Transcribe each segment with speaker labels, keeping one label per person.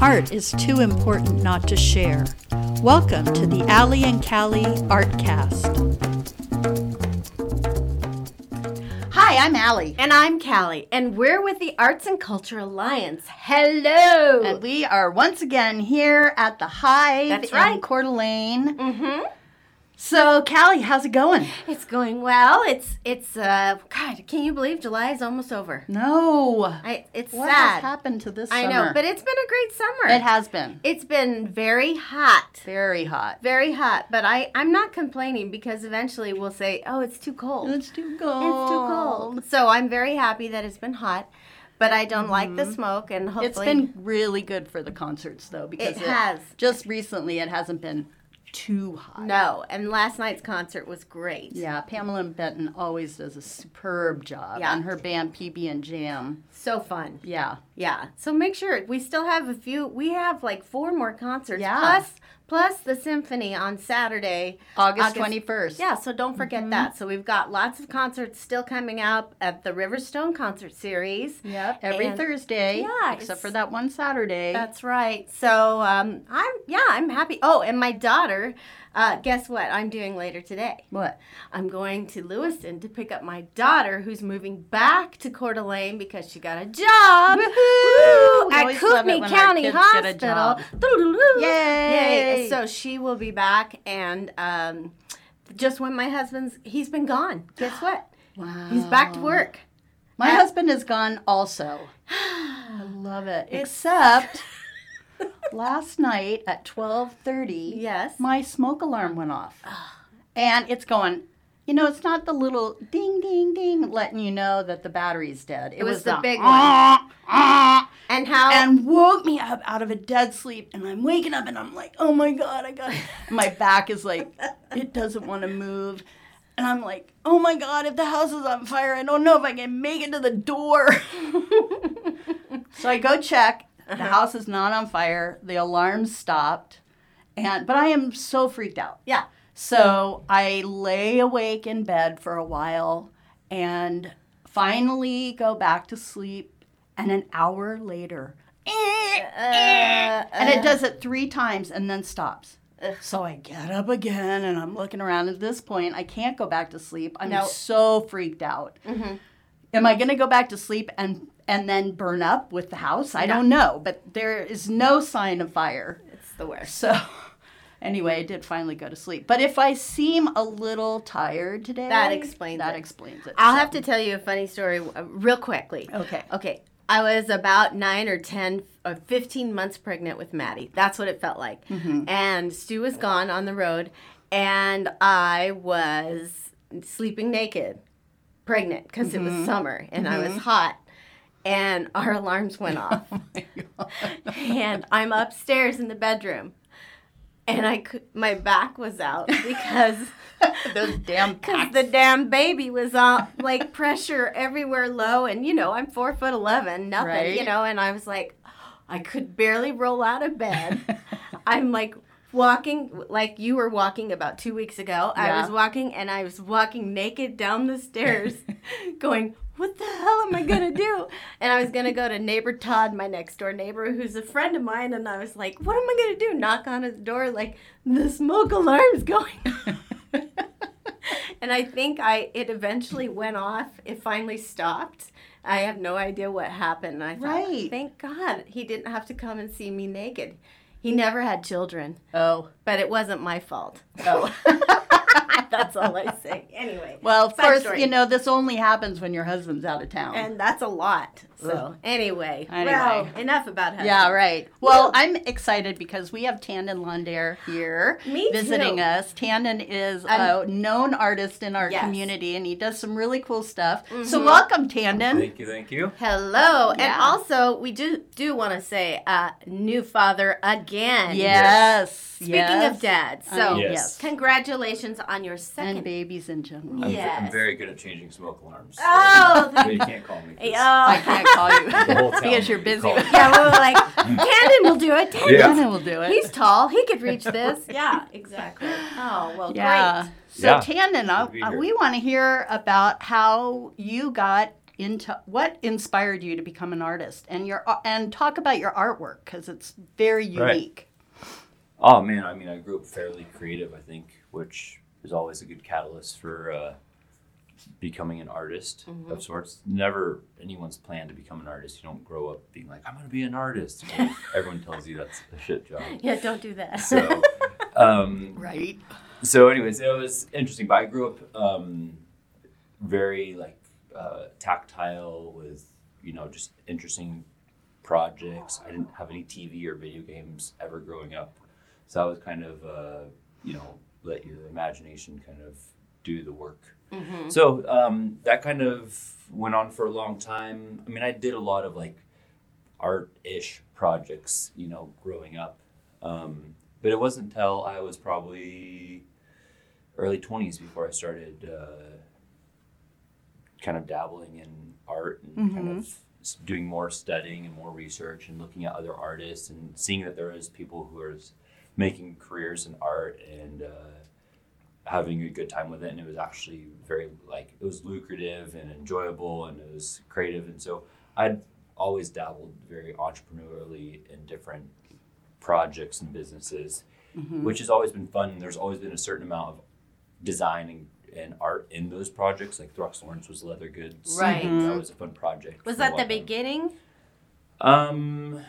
Speaker 1: Art is too important not to share. Welcome to the Alley and Callie Artcast.
Speaker 2: Hi, I'm Allie.
Speaker 3: And I'm Callie, and we're with the Arts and Culture Alliance. Hello!
Speaker 2: And we are once again here at the Hive
Speaker 3: That's
Speaker 2: in
Speaker 3: right.
Speaker 2: Coeur d'Alene.
Speaker 3: hmm
Speaker 2: So, Callie, how's it going?
Speaker 3: It's going well. It's it's uh God, can you believe July is almost over?
Speaker 2: No.
Speaker 3: I it's
Speaker 2: What has
Speaker 3: sad.
Speaker 2: happened to this
Speaker 3: I
Speaker 2: summer?
Speaker 3: know, but it's been a great summer.
Speaker 2: it has been
Speaker 3: It's been very hot.
Speaker 2: very hot.
Speaker 3: Very hot, but I I'm not complaining because eventually we'll say, "Oh, it's too cold."
Speaker 2: It's too cold.
Speaker 3: It's too cold. So I'm very happy that it's been hot, but I don't like the smoke and hopefully
Speaker 2: Mm-hmm. It's been really good for the concerts, though, because
Speaker 3: It has.
Speaker 2: Just recently, it hasn't been too hot.
Speaker 3: No, and last night's concert was great.
Speaker 2: Yeah, Pamela Benton always does a superb job,
Speaker 3: Yeah.
Speaker 2: and her band PB and Jam.
Speaker 3: So fun.
Speaker 2: Yeah,
Speaker 3: Yeah. So make sure we still have a few. We have like four more concerts.
Speaker 2: Yeah.
Speaker 3: Plus, plus the symphony on Saturday,
Speaker 2: August twenty first.
Speaker 3: Yeah. So don't forget that. So we've got lots of concerts still coming up at the Riverstone concert series.
Speaker 2: Yep. Every
Speaker 3: And-
Speaker 2: Thursday.
Speaker 3: Yeah,
Speaker 2: Except
Speaker 3: it's-
Speaker 2: for that one Saturday.
Speaker 3: That's right. So um, I'm yeah I'm happy. Oh, and my daughter. Uh, guess what I'm doing later today?
Speaker 2: what?
Speaker 3: I'm going to Lewiston to pick up my daughter who's moving back to Coeur d'Alene because she got a job
Speaker 2: Woohoo! We
Speaker 3: at
Speaker 2: always love it
Speaker 3: Kootenai
Speaker 2: when our
Speaker 3: County
Speaker 2: kids get a
Speaker 3: Hospital.
Speaker 2: job.
Speaker 3: Doo-doo-doo-doo.
Speaker 2: Yay!
Speaker 3: Yay! So she will be back and um, just when my husband's he's been gone. Guess what?
Speaker 2: Wow.
Speaker 3: He's back to work.
Speaker 2: My
Speaker 3: Uh,
Speaker 2: husband is gone also. I love it. Except last night at 12:30,
Speaker 3: Yes.
Speaker 2: my smoke alarm went off. And it's going you know, it's not the little ding ding ding letting you know that the battery's dead. It,
Speaker 3: was the big one.
Speaker 2: "Ah, ah,"
Speaker 3: And how
Speaker 2: and woke me up out of a dead sleep and i'm waking up and i'm like oh my god i got my back is like it doesn't want to move and i'm like oh my god if the house is on fire i don't know if i can make it to the door so i go check the house is not on fire the alarm stopped and but i am so freaked out
Speaker 3: yeah.
Speaker 2: so I lay awake in bed for a while and finally go back to sleep. And an hour later, and
Speaker 3: Uh,
Speaker 2: it does it three times and then stops. So I get up again and I'm looking around. At this point, I can't go back to sleep. I'm
Speaker 3: No. Mm-hmm.
Speaker 2: so freaked out. Am I going to go back to sleep and and then burn up with the house? I don't know, but there is no sign of fire.
Speaker 3: It's the worst.
Speaker 2: So, anyway, I did finally go to sleep. But if I seem a little tired today,
Speaker 3: That explains
Speaker 2: that
Speaker 3: it.
Speaker 2: explains it.
Speaker 3: I'll
Speaker 2: So,
Speaker 3: have to tell you a funny story uh, real quickly.
Speaker 2: Okay.
Speaker 3: Okay. I was about nine or 10 or 15 months pregnant with Maddie. That's what it felt like. And Stu was gone on the road, and I was sleeping naked, pregnant, because it was summer and I was hot. And our alarms went
Speaker 2: Oh
Speaker 3: off. and I'm upstairs in the bedroom. And I cou- my back was out because
Speaker 2: those damn
Speaker 3: because
Speaker 2: cats.
Speaker 3: the damn baby was on like pressure everywhere low and you know i'm four foot eleven nothing
Speaker 2: Right.
Speaker 3: you know and i was like i could barely roll out of bed i'm like walking like you were walking about two weeks ago i
Speaker 2: Yeah.
Speaker 3: was walking and i was walking naked down the stairs going what the hell am i gonna do and i was gonna go to neighbor todd my next door neighbor who's a friend of mine and i was like what am i gonna do knock on his door like the smoke alarm's going and I think I it eventually went off. It finally stopped. I have no idea what happened. I thought,
Speaker 2: Right.
Speaker 3: thank God he didn't have to come and see me naked. He never had children,
Speaker 2: oh,
Speaker 3: but it wasn't my fault.
Speaker 2: oh.
Speaker 3: That's all I say. Anyway,
Speaker 2: Well, of
Speaker 3: Side
Speaker 2: course,
Speaker 3: story.
Speaker 2: you know this only happens when your husband's out of town.
Speaker 3: and that's a lot. So anyway, well,
Speaker 2: Anyway.
Speaker 3: enough about him.
Speaker 2: yeah, right. Well, I'm excited because we have Tandon Londair here
Speaker 3: Me
Speaker 2: visiting
Speaker 3: too.
Speaker 2: us. Tandon is a
Speaker 3: I'm-
Speaker 2: known artist in our
Speaker 3: Yes. Mm-hmm.
Speaker 2: community and he does some really cool stuff. So, welcome, Tandon.
Speaker 4: Thank you, thank you.
Speaker 3: Hello,
Speaker 2: Yeah.
Speaker 3: and also we do do want to say uh, new father again.
Speaker 2: Yes.
Speaker 3: Speaking
Speaker 2: yes.
Speaker 3: of dads,
Speaker 2: I
Speaker 3: so
Speaker 2: am,
Speaker 4: Yes.
Speaker 2: yes.
Speaker 3: congratulations on your second
Speaker 2: and babies in general.
Speaker 4: I'm, I'm
Speaker 3: Yes.
Speaker 4: very good at changing smoke alarms.
Speaker 3: Oh,
Speaker 4: But you can't call me.
Speaker 3: Hey,
Speaker 4: 'cause
Speaker 2: I
Speaker 3: oh.
Speaker 2: can't call
Speaker 4: the whole
Speaker 2: you
Speaker 4: town
Speaker 2: because you're
Speaker 4: will be
Speaker 2: busy.
Speaker 4: calling.
Speaker 3: yeah, we were like, Tandon will do it. Tandon.
Speaker 4: Yeah.
Speaker 2: Jenna will do it.
Speaker 3: He's tall. He could reach this. Yeah, exactly. Oh, well,
Speaker 2: yeah.
Speaker 3: great.
Speaker 2: So
Speaker 4: Yeah.
Speaker 2: Tandon,
Speaker 4: Good to
Speaker 2: I,
Speaker 4: be
Speaker 2: I-
Speaker 4: here.
Speaker 2: we want to hear about how you got into what inspired you to become an artist and your and talk about your artwork because it's very
Speaker 4: Right.
Speaker 2: unique.
Speaker 4: Oh man, I mean, I grew up fairly creative, I think, which is always a good catalyst for uh, becoming an artist of sorts. Never anyone's plan to become an artist. You don't grow up being like, I'm going to be an artist. You know, Everyone tells you that's a shit job.
Speaker 3: Yeah, don't do that.
Speaker 4: So, um,
Speaker 2: Right.
Speaker 4: so anyways, it was interesting. But I grew up um, very like uh, tactile with you know just interesting projects. I didn't have any TV or video games ever growing up, so I was kind of uh, you know let your imagination kind of do the work. So um, that kind of went on for a long time. I mean, I did a lot of like art-ish projects, you know, growing up. Um, but it wasn't until I was probably early 20s before I started uh, kind of dabbling in art and kind of s- doing more studying and more research and looking at other artists and seeing that there is people who are s- making careers in art and uh, having a good time with it. And it was actually very like it was lucrative and enjoyable and it was creative. And so I'd always dabbled very entrepreneurially in different projects and businesses,
Speaker 3: Mm-hmm.
Speaker 4: which has always been fun. There's always been a certain amount of design and, and art in those projects. Like Throx Lawrence was leather goods.
Speaker 3: Right.
Speaker 4: That was a fun project.
Speaker 3: Was
Speaker 4: for a
Speaker 3: that the
Speaker 4: long time.
Speaker 3: beginning?
Speaker 4: Um,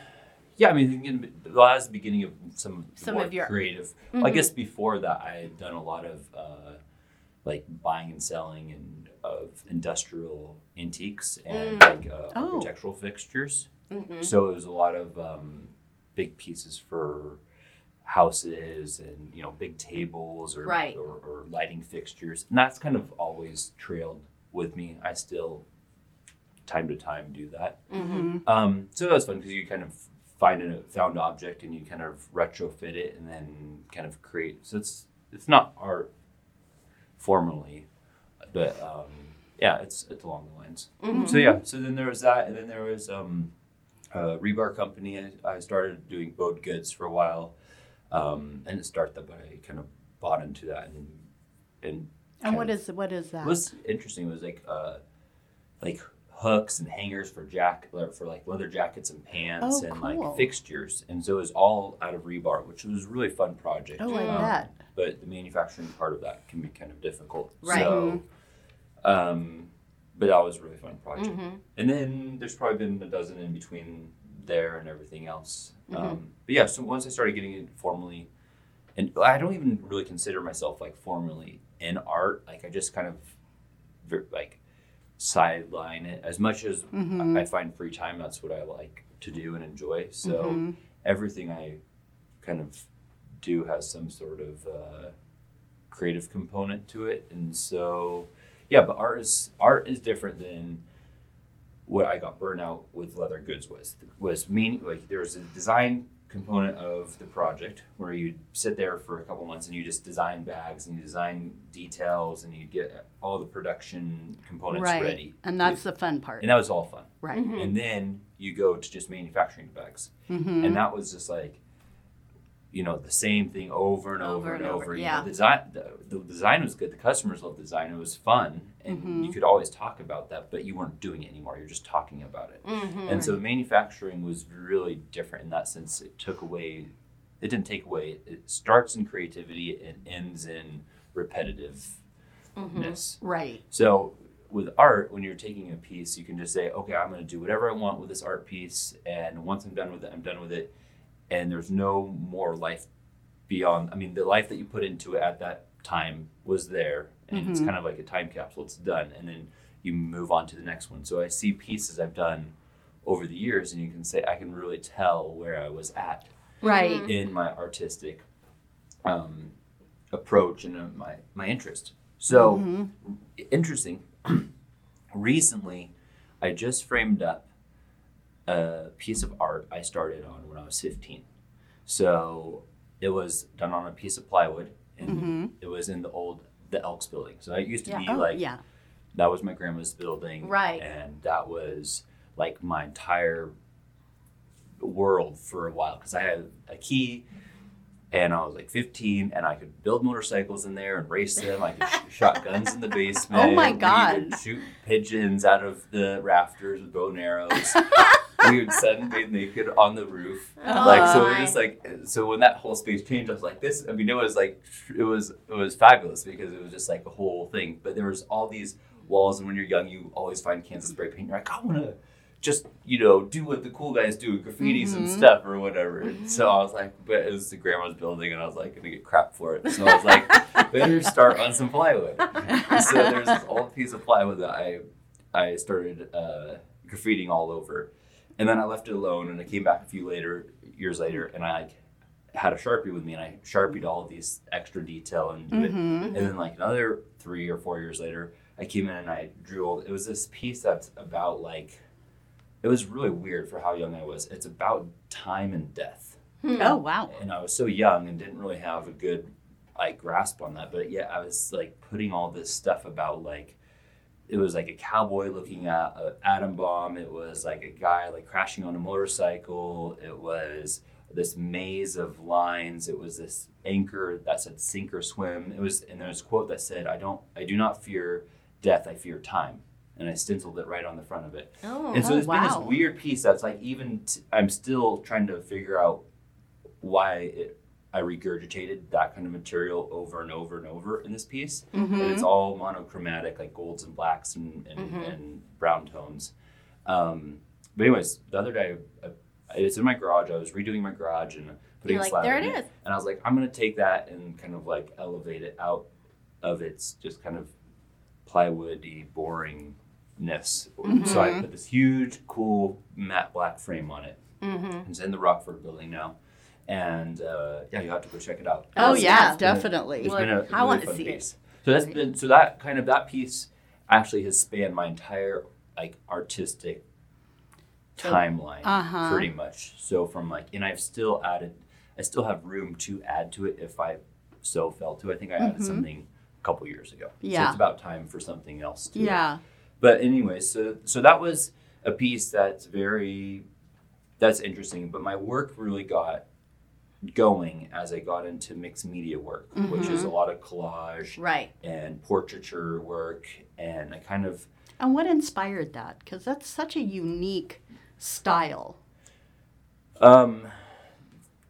Speaker 4: yeah, I mean, thinking- that was the beginning of some of the
Speaker 3: Some
Speaker 4: more
Speaker 3: of your- Mm-hmm.
Speaker 4: creative. I guess before that, I had done a lot of uh, like buying and selling and of industrial antiques and
Speaker 3: Mm.
Speaker 4: like uh,
Speaker 2: Oh.
Speaker 4: architectural fixtures.
Speaker 3: Mm-hmm.
Speaker 4: So it was a lot of um, big pieces for houses and you know big tables or,
Speaker 3: Right.
Speaker 4: or or lighting fixtures, and that's kind of always trailed with me. I still time to time do that.
Speaker 2: Mm-hmm.
Speaker 4: Um, so that was fun because you kind of find a found object and you kind of retrofit it and then kind of create. So it's it's not art formally, but um, yeah, it's it's along the lines.
Speaker 3: Mm-hmm.
Speaker 4: So yeah, so then there was that, and then there was um, a rebar company. I, I started doing boat goods for a while, um, and it started that, but I kind of bought into that and and
Speaker 2: And
Speaker 4: kind
Speaker 2: what
Speaker 4: of-
Speaker 2: is what is that?
Speaker 4: What's interesting was like uh, like hooks and hangers for jack for like leather jackets and pants
Speaker 2: Oh,
Speaker 4: and
Speaker 2: cool.
Speaker 4: like fixtures, and so it was all out of rebar, which was a really fun project.
Speaker 2: Oh, I
Speaker 4: Um,
Speaker 2: bet.
Speaker 4: But the manufacturing part of that can be kind of difficult.
Speaker 3: Right.
Speaker 4: So, um, but that was a really fun project. And then there's probably been a dozen in between there and everything else. Um, but yeah, so once I started getting it formally, and I don't even really consider myself like formally in art. Like I just kind of ver- like sideline it as much as I I find free time. That's what I like to do and enjoy. So everything I kind of do has some sort of uh, creative component to it, and so yeah. But art is art is different than what I got burnout with leather goods was was mean like there was a design component of the project where you'd sit there for a couple months and you just design bags and you design details and you get all the production components
Speaker 2: right.
Speaker 4: ready.
Speaker 2: And that's Hmm. the fun part.
Speaker 4: and that was all fun
Speaker 2: right.
Speaker 3: Mm-hmm.
Speaker 4: and then you go to just manufacturing bags
Speaker 2: Mm-hmm.
Speaker 4: and that was just like you know the same thing over and over, and over, You know,
Speaker 3: yeah.
Speaker 4: the design the, the design was good the customers loved the design it was fun and you could always talk about that but you weren't doing it anymore you're just talking about it
Speaker 3: Mm-hmm.
Speaker 4: and so manufacturing was really different in that sense it took away it didn't take away it starts in creativity and ends in repetitiveness Mm-hmm.
Speaker 2: Right.
Speaker 4: so with art, when you're taking a piece, you can just say, okay, I'm going to do whatever I want with this art piece, and once I'm done with it, I'm done with it, and there's no more life beyond. I mean, the life that you put into it at that time was there, and it's kind of like a time capsule. It's done, and then you move on to the next one. So I see pieces I've done over the years, and you can say I can really tell where I was at
Speaker 2: Right.
Speaker 4: in my artistic um, approach and uh, my my interest. So
Speaker 2: Mm-hmm.
Speaker 4: i- interesting. Recently, I just framed up a piece of art I started on when I was 15. So it was done on a piece of plywood, and it was in the old the Elks building. So that used to be
Speaker 2: Oh,
Speaker 4: like
Speaker 2: Mm-hmm. yeah.
Speaker 4: that was my grandma's building
Speaker 3: Right.
Speaker 4: and that was like my entire world for a while because i had a key and I was like 15, and I could build motorcycles in there and race them. I could shoot shotguns in the basement.
Speaker 2: Oh my
Speaker 4: We
Speaker 2: God.
Speaker 4: would shoot pigeons out of the rafters with bow and arrows. we would sunbathe naked on the roof.
Speaker 3: Oh
Speaker 4: like so, it
Speaker 3: my.
Speaker 4: was like so when that whole space changed, I was like this. I mean, it was like it was it was fabulous because it was just like a whole thing. But there was all these walls, and when you're young, you always find Kansas spray paint. You're like, I want to just you know do what the cool guys do, graffitis
Speaker 3: Mm-hmm.
Speaker 4: and
Speaker 2: Mhm.
Speaker 4: stuff or whatever. And So I was like, but it was the grandma's building, and I was like gonna get crap for it. So I was like, better start on some plywood. And so there's this old piece of plywood that I I started uh, graffitiing all over, and then I left it alone, and I came back a few later years later, and I like had a sharpie with me, and I sharpied all of these extra detail and do it.
Speaker 2: Mm-hmm.
Speaker 4: And then like another three or four years later, I came in and I drew old. It was this piece that's about like, it was really weird for how young I was. It's about time and death,
Speaker 3: hmm.
Speaker 2: Oh wow.
Speaker 4: and I was so young and didn't really have a good like grasp on that. But yet I was like putting all this stuff about like. It was like a cowboy looking at an atom bomb. It was like a guy like crashing on a motorcycle. It was this maze of lines. It was this anchor that said sink or swim. It was and there was a quote that said, I don't I do not fear death, I fear time. And I stenciled it right on the front of it.
Speaker 3: Oh,
Speaker 4: and so
Speaker 2: oh,
Speaker 4: there's been
Speaker 2: wow.
Speaker 4: this weird piece that's like even t- I'm still trying to figure out why it, I regurgitated that kind of material over and over and over in this piece and
Speaker 2: Mm-hmm.
Speaker 4: it's all monochromatic, like golds and blacks and, and,
Speaker 3: Mhm.
Speaker 4: and brown tones. Um, but anyways, the other day, I, I- it's in my garage. I was redoing my garage and putting
Speaker 3: You're
Speaker 4: a
Speaker 3: like,
Speaker 4: slab
Speaker 3: "There
Speaker 4: in
Speaker 3: it is."
Speaker 4: and I was like, I'm gonna take that and kind of like elevate it out of its just kind of plywoody boringness. So I put this huge, cool matte black frame on it.
Speaker 3: Mm-hmm.
Speaker 4: It's in the Rockford building now, and uh, yeah, you have to go check it out.
Speaker 2: Oh
Speaker 3: It's
Speaker 2: yeah,
Speaker 3: just
Speaker 4: been a-
Speaker 2: definitely.
Speaker 4: It's been a
Speaker 3: Like, I wanna
Speaker 4: fun
Speaker 3: see it.
Speaker 4: piece. So that's been so that kind of that piece actually has spanned my entire like artistic
Speaker 3: So-
Speaker 4: timeline
Speaker 2: Uh-huh.
Speaker 4: pretty much. So from like and I've still added I still have room to add to it if I so felt to. I think I added
Speaker 3: Mm-hmm.
Speaker 2: Mhm.
Speaker 4: something a couple years ago. So
Speaker 2: Yeah.
Speaker 4: it's about time for something else to
Speaker 2: Yeah.
Speaker 4: but anyway, so so that was a piece that's very that's interesting. But my work really got going as I got into mixed media work, which is a lot of collage
Speaker 3: Right.
Speaker 4: and portraiture work, and I kind of
Speaker 2: And what inspired that? Because that's such a unique style.
Speaker 4: um,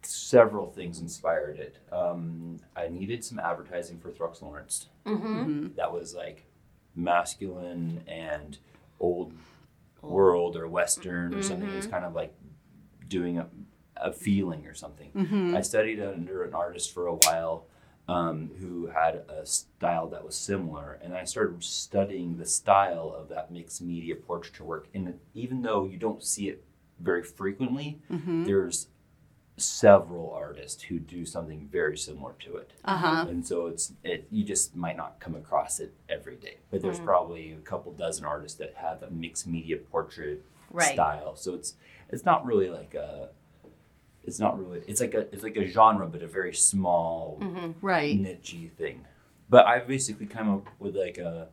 Speaker 4: several things inspired it. Um, I needed some advertising for Thrux Lawrence.
Speaker 3: Mm-hmm.
Speaker 4: that was like masculine and old world or western or something It was kind of like doing a, a feeling or something i studied under an artist for a while um, who had a style that was similar and i started studying the style of that mixed media portraiture work and even though you don't see it very frequently there's several artists who do something very similar to it
Speaker 2: Uh huh.
Speaker 4: and so it's it you just might not come across it every day but there's probably a couple dozen artists that have a mixed media portrait
Speaker 3: Right.
Speaker 4: style so it's it's not really like a it's not really it's like a it's like a genre but a very small
Speaker 2: Right.
Speaker 4: nichey thing but i basically come up with like a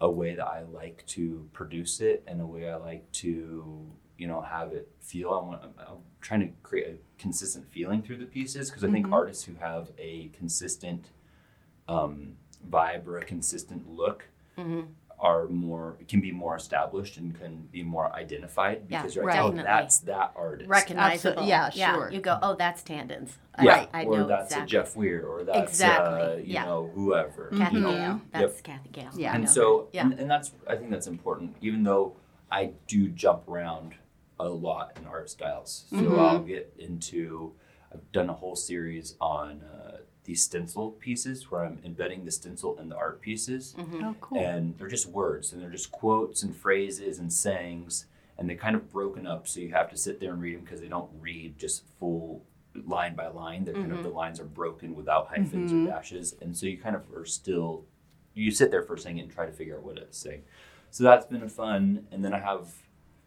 Speaker 4: a way that i like to produce it and a way i like to you know have it feel i want i'm, I'm trying to create a consistent feeling through the pieces because i think
Speaker 2: Mm-hmm.
Speaker 4: artists who have a consistent um, vibe or a consistent look
Speaker 2: Mm-hmm.
Speaker 4: are more can be more established and can be more identified
Speaker 3: Yeah,
Speaker 4: because you're
Speaker 2: right.
Speaker 4: like, oh,
Speaker 3: definitely.
Speaker 4: that's that artist
Speaker 3: Recognizable.
Speaker 2: Absolute- yeah, sure.
Speaker 3: You go, oh, that's Tandon's. I,
Speaker 4: yeah,
Speaker 3: I
Speaker 4: or
Speaker 3: know
Speaker 4: that's
Speaker 3: exactly.
Speaker 4: a Jeff Weir, or that's
Speaker 3: Exactly,
Speaker 4: uh, you
Speaker 3: yeah.
Speaker 4: know whoever.
Speaker 3: Kathy
Speaker 4: you know.
Speaker 3: Gale. That's Kathy Gale.
Speaker 2: Yeah.
Speaker 3: I
Speaker 4: And
Speaker 3: know
Speaker 4: so,
Speaker 3: her. Mm-hmm. yeah.
Speaker 4: and, and that's I think that's important. Even though I do jump around a lot in art styles, so
Speaker 3: Mm-hmm.
Speaker 4: I'll get into. I've done a whole series on uh, these stencil pieces where I'm embedding the stencil in the art pieces,
Speaker 2: Oh, cool.
Speaker 4: Mm-hmm. and they're just words, and they're just quotes and phrases and sayings, and they're kind of broken up, so you have to sit there and read them because they don't read just full line by line. They're kind of the lines are broken without hyphens or dashes, and so you kind of are still you sit there for a second and try to figure out what it's saying. So that's been a fun, and then I have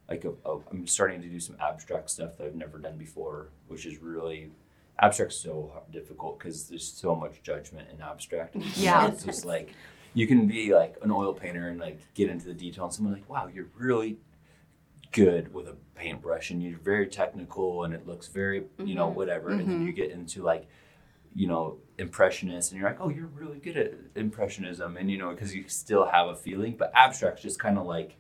Speaker 4: like a, a I'm starting to do some abstract stuff that I've never done before, which is really abstract's so hard- difficult because there's so much judgment in abstract.
Speaker 2: Yeah.
Speaker 4: it's just like you can be like an oil painter and like get into the detail, and someone like, wow, you're really good with a paintbrush and you're very technical and it looks very you know whatever and then you get into like you know impressionist and you're like oh you're really good at impressionism and you know because you still have a feeling but abstract's just kind of like